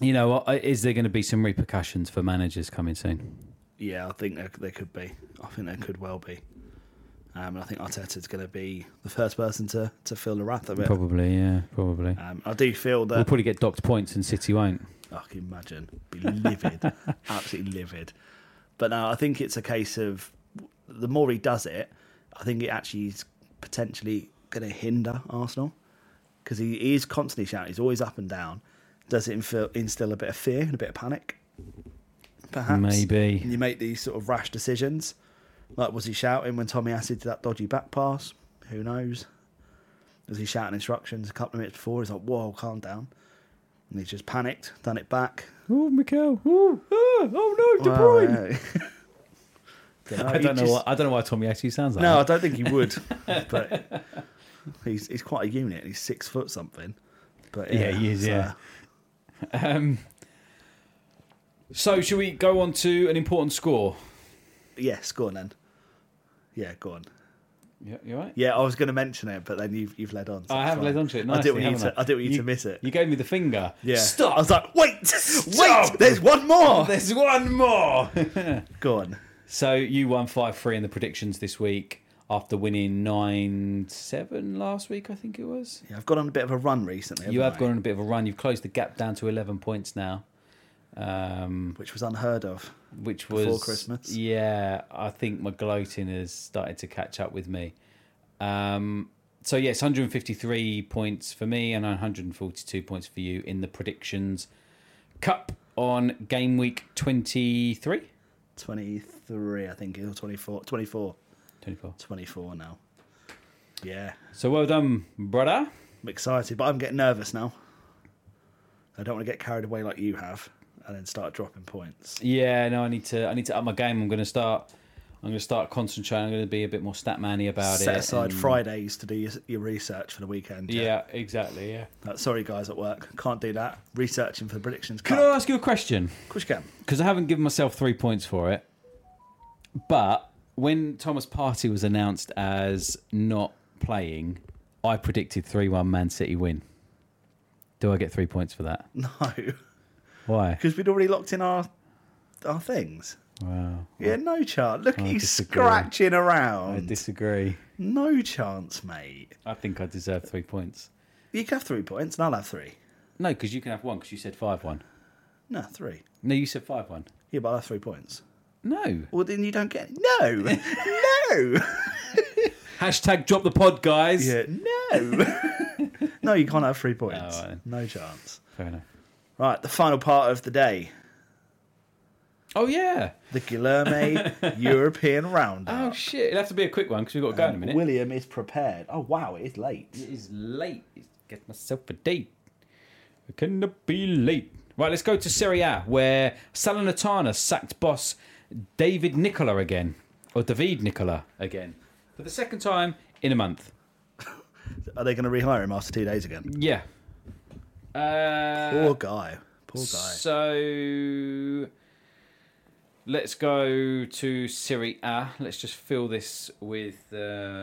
Speaker 2: you know, I- is there going to be some repercussions for managers coming soon?
Speaker 3: Yeah, I think there, there could be. I think there could well be. Um, and I think Arteta's going to be the first person to, to feel the wrath of it.
Speaker 2: Probably, yeah, probably.
Speaker 3: Um, I do feel
Speaker 2: we'll
Speaker 3: that.
Speaker 2: probably get docked points and City won't.
Speaker 3: I can imagine. Be livid. Absolutely livid. But no, I think it's a case of the more he does it, I think it actually is potentially going to hinder Arsenal because he, he is constantly shouting. He's always up and down. Does it infill, instill a bit of fear and a bit of panic? Perhaps.
Speaker 2: Maybe.
Speaker 3: And you make these sort of rash decisions. Like, was he shouting when Tommy Acid did that dodgy back pass? Who knows? Was he shouting instructions a couple of minutes before? He's like, whoa, calm down. And he's just panicked, done it back.
Speaker 2: Oh, Mikel. Oh, oh no, De
Speaker 3: Well, yeah. Dunno,
Speaker 2: I
Speaker 3: he
Speaker 2: don't know.
Speaker 3: Uh, just-
Speaker 2: Why, I don't know why Tommy actually sounds like
Speaker 3: No, I
Speaker 2: that.
Speaker 3: don't think he would. but he's he's quite a unit. He's six foot something. But yeah,
Speaker 2: Yeah, he is.
Speaker 3: so-
Speaker 2: Yeah. Um, so, should we go on to an important score?
Speaker 3: Yes, go on then. Yeah, go on.
Speaker 2: Yeah, you right.
Speaker 3: Yeah, I was going to mention it, but then you've you've led on. so
Speaker 2: I
Speaker 3: it's
Speaker 2: have
Speaker 3: fine.
Speaker 2: led onto it.
Speaker 3: I
Speaker 2: Nicely,
Speaker 3: didn't want you
Speaker 2: haven't
Speaker 3: to. I didn't want you to miss it.
Speaker 2: You gave me the finger.
Speaker 3: yeah.
Speaker 2: Stop.
Speaker 3: I was like, wait,
Speaker 2: Stop!
Speaker 3: wait. There's one more.
Speaker 2: There's one more.
Speaker 3: Go on.
Speaker 2: So you won five three in the predictions this week after winning nine seven last week, I think it was.
Speaker 3: Yeah, I've gone on a bit of a run recently.
Speaker 2: You
Speaker 3: haven't
Speaker 2: have
Speaker 3: I?
Speaker 2: gone on a bit of a run. You've closed the gap down to eleven points now, um,
Speaker 3: which was unheard of.
Speaker 2: which was
Speaker 3: Before Christmas.
Speaker 2: Yeah, I think my gloating has started to catch up with me. Um, so yes, 153 points for me and 142 points for you in the predictions cup on game week 23,
Speaker 3: Twenty three, I think, or 24, 24,
Speaker 2: 24.
Speaker 3: 24 now. Yeah,
Speaker 2: So well done, brother.
Speaker 3: I'm excited, but I'm getting nervous now. I don't want to get carried away like you have, and then start dropping points.
Speaker 2: Yeah, no, I need to. I need to up my game. I'm going to start. I'm going to start concentrating. I'm going to be a bit more stat manny about it.
Speaker 3: Set aside
Speaker 2: and-
Speaker 3: Fridays to do your, your research for the weekend.
Speaker 2: Yeah, exactly. Yeah.
Speaker 3: Uh, sorry, guys at work, can't do that. Researching for the predictions.
Speaker 2: Can I
Speaker 3: Cup.
Speaker 2: ask you a question?
Speaker 3: Of course you can.
Speaker 2: Because I haven't given myself three points for it. But when Thomas Party was announced as not playing, I predicted three-one Man City win. Do I get three points for that?
Speaker 3: No,
Speaker 2: Why?
Speaker 3: because we'd already locked in our our things.
Speaker 2: Wow,
Speaker 3: Yeah, no chance. Look, at you
Speaker 2: disagree.
Speaker 3: scratching
Speaker 2: I
Speaker 3: around.
Speaker 2: disagree.
Speaker 3: no chance, mate.
Speaker 2: I think I deserve three points.
Speaker 3: You can have three points, and I'll have three.
Speaker 2: No, because you can have one. Because you said five-one.
Speaker 3: No, three.
Speaker 2: No, you said five-one.
Speaker 3: Yeah, but I have three points.
Speaker 2: No.
Speaker 3: Well, then you don't get no, no,
Speaker 2: Hashtag drop the pod, guys.
Speaker 3: yeah, no, no. You can't have three points.
Speaker 2: Oh, right.
Speaker 3: No chance.
Speaker 2: Fair enough.
Speaker 3: Right, the final part of the day,
Speaker 2: Oh yeah.
Speaker 3: the Guillerme European
Speaker 2: Oh
Speaker 3: Roundup.
Speaker 2: shit. It'll have to be a quick one because we've got to go in a minute.
Speaker 3: William is prepared. Oh wow, it is late.
Speaker 2: It is late. Get myself a date. I cannot be late. Right, let's go to Serie A where Salernitana sacked boss David Nicola again, or David Nicola again, for the second time in a month.
Speaker 3: Are they going to rehire him after two days again?
Speaker 2: Yeah. Uh,
Speaker 3: Poor guy. Poor guy.
Speaker 2: So let's go to Serie A. Let's just fill this with. Uh,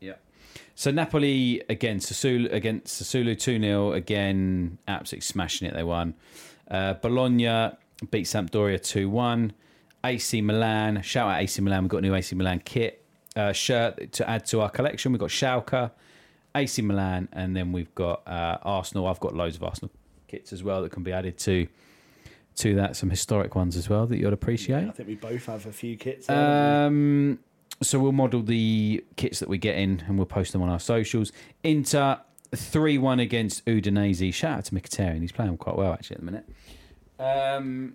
Speaker 2: Yeah. So Napoli again, Sassuolo against Sassuolo 2 0 again, absolutely smashing it. They won. Uh, Bologna beat Sampdoria 2 1. AC Milan, shout out AC Milan. We've got a new AC Milan kit uh, shirt to add to our collection. We've got Schalke, AC Milan, and then we've got uh, Arsenal. I've got loads of Arsenal kits as well that can be added to to that. Some historic ones as well that you'll appreciate.
Speaker 3: I think we both have a few kits.
Speaker 2: Um, so we'll model the kits that we get in and we'll post them on our socials. Inter 3 1 against Udinese. Shout out to Mkhitaryan. He's playing quite well actually at the minute. Um,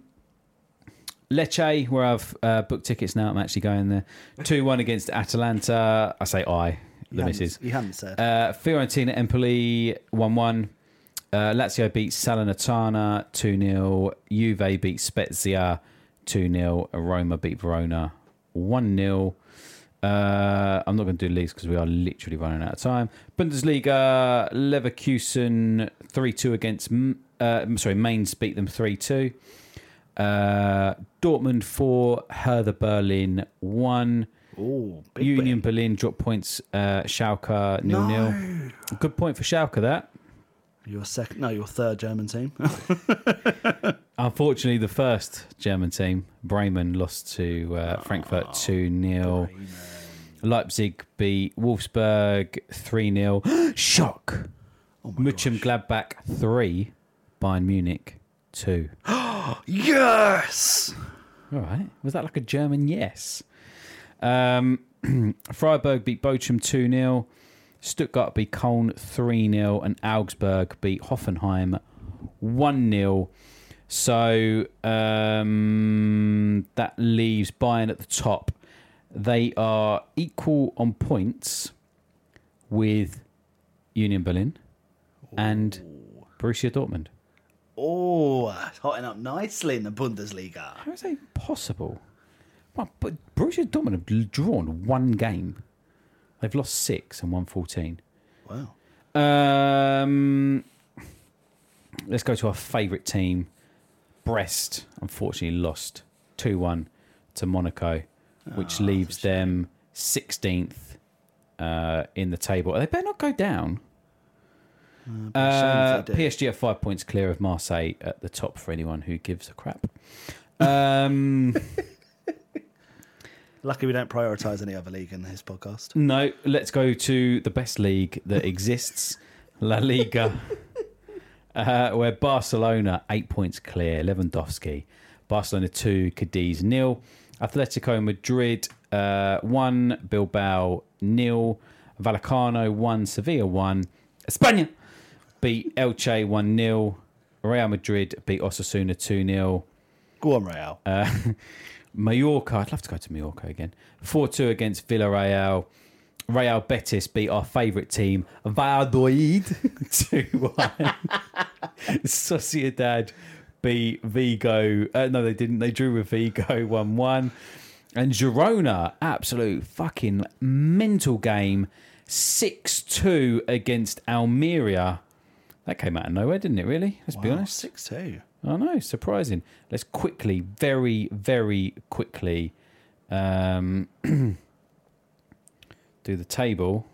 Speaker 2: Lecce, where I've uh, booked tickets now. I'm actually going there. 2 1 against Atalanta. I say I, the
Speaker 3: You haven't-
Speaker 2: misses.
Speaker 3: You haven't said.
Speaker 2: Uh, Fiorentina Empoli 1 1. Uh, Lazio beat Salernitana 2 0. Juve beat Spezia 2 0. Roma beat Verona 1 0. Uh, I'm not going to do leagues because we are literally running out of time. Bundesliga Leverkusen 3 2 against. M- Uh, I'm sorry, Mainz beat them 3 2. Uh, Dortmund 4, Hertha Berlin 1.
Speaker 3: oh, big
Speaker 2: Union
Speaker 3: win.
Speaker 2: Berlin drop points. Uh, Schalke nil nil. Good point for Schalke. That
Speaker 3: Your second, no, your third German team.
Speaker 2: unfortunately, the first German team, Bremen, lost to
Speaker 3: Ah,
Speaker 2: uh, Frankfurt two 0 Leipzig beat Wolfsburg three 0 Shock.
Speaker 3: Oh
Speaker 2: München Gladbach three. Bayern Munich two.
Speaker 3: yes.
Speaker 2: All right. Was that like a German yes? Um, Freiburg beat Bochum 2 0. Stuttgart beat Köln 3 0. And Augsburg beat Hoffenheim 1 0. So um, that leaves Bayern at the top. They are equal on points with Union Berlin and Borussia Dortmund.
Speaker 3: Oh, it's hotting up nicely in the Bundesliga.
Speaker 2: How is that even possible? Well, but Borussia Dortmund have l- drawn one game. They've lost six and won 14.
Speaker 3: Wow.
Speaker 2: Um, let's go to our favourite team. Brest, unfortunately, lost 2 1 to Monaco, which leaves them 16th uh, in the table. They better not go down. Uh,
Speaker 3: Uh,
Speaker 2: PSG are five points clear of Marseille at the top for anyone who gives a crap. Um,
Speaker 3: Lucky we don't prioritise any other league in this podcast.
Speaker 2: No, let's go to the best league that exists, La Liga, uh, where Barcelona eight points clear, Lewandowski, Barcelona two, Cadiz nil, Atletico Madrid uh, one, Bilbao nil, Vallecano one, Sevilla one, Espana beat Elche one 0 Real Madrid beat Osasuna two 0
Speaker 3: Go on, Real.
Speaker 2: Uh, Mallorca. I'd love to go to Mallorca again. 4 2 against Villarreal. Real Betis beat our favourite team, Valladolid, 2 1. Sociedad beat Vigo. Uh, no, they didn't. They drew with Vigo 1 1. And Girona, absolute fucking mental game, 6 2 against Almeria. That came out of nowhere, didn't it, really? Let's be honest.
Speaker 3: six two.
Speaker 2: I know, surprising. Let's quickly, very, very quickly, um, do the table.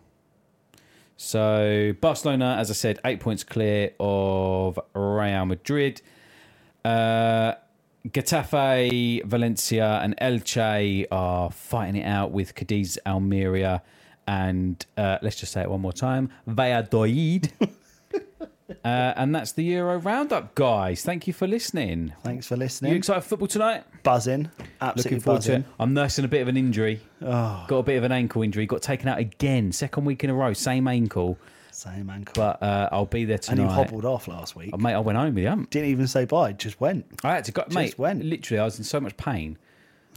Speaker 2: So Barcelona, as I said, eight points clear of Real Madrid. Uh, Getafe, Valencia, and Elche are fighting it out with Cadiz, Almeria, and uh, let's just say it one more time, Valladolid. Uh, and that's the Euro roundup, guys. Thank you for listening.
Speaker 3: Thanks for
Speaker 2: Are you
Speaker 3: listening.
Speaker 2: excited for football tonight?
Speaker 3: buzzing. Absolutely
Speaker 2: Looking forward
Speaker 3: buzzing.
Speaker 2: to it. I'm nursing a bit of an injury.
Speaker 3: Ah.
Speaker 2: Got a bit of an ankle injury. Got taken out again, second week in a row, same ankle.
Speaker 3: Same ankle.
Speaker 2: But uh, I'll be there
Speaker 3: and
Speaker 2: tonight.
Speaker 3: you hobbled off last week.
Speaker 2: Oh, mate, I went home with him.
Speaker 3: Didn't even say bye. Just went.
Speaker 2: I had to go, mate.
Speaker 3: went.
Speaker 2: Literally, I was in so much pain.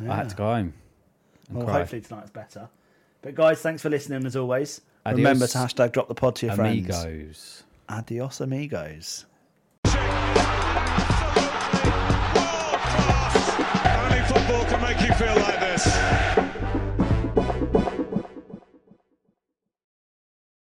Speaker 2: I had to go home.
Speaker 3: Well,
Speaker 2: cry.
Speaker 3: hopefully tonight's better. But guys, thanks for listening as always.
Speaker 2: Adios,
Speaker 3: Remember to hashtag drop the pod to your friends.
Speaker 2: Amigos.
Speaker 3: Adios, amigos.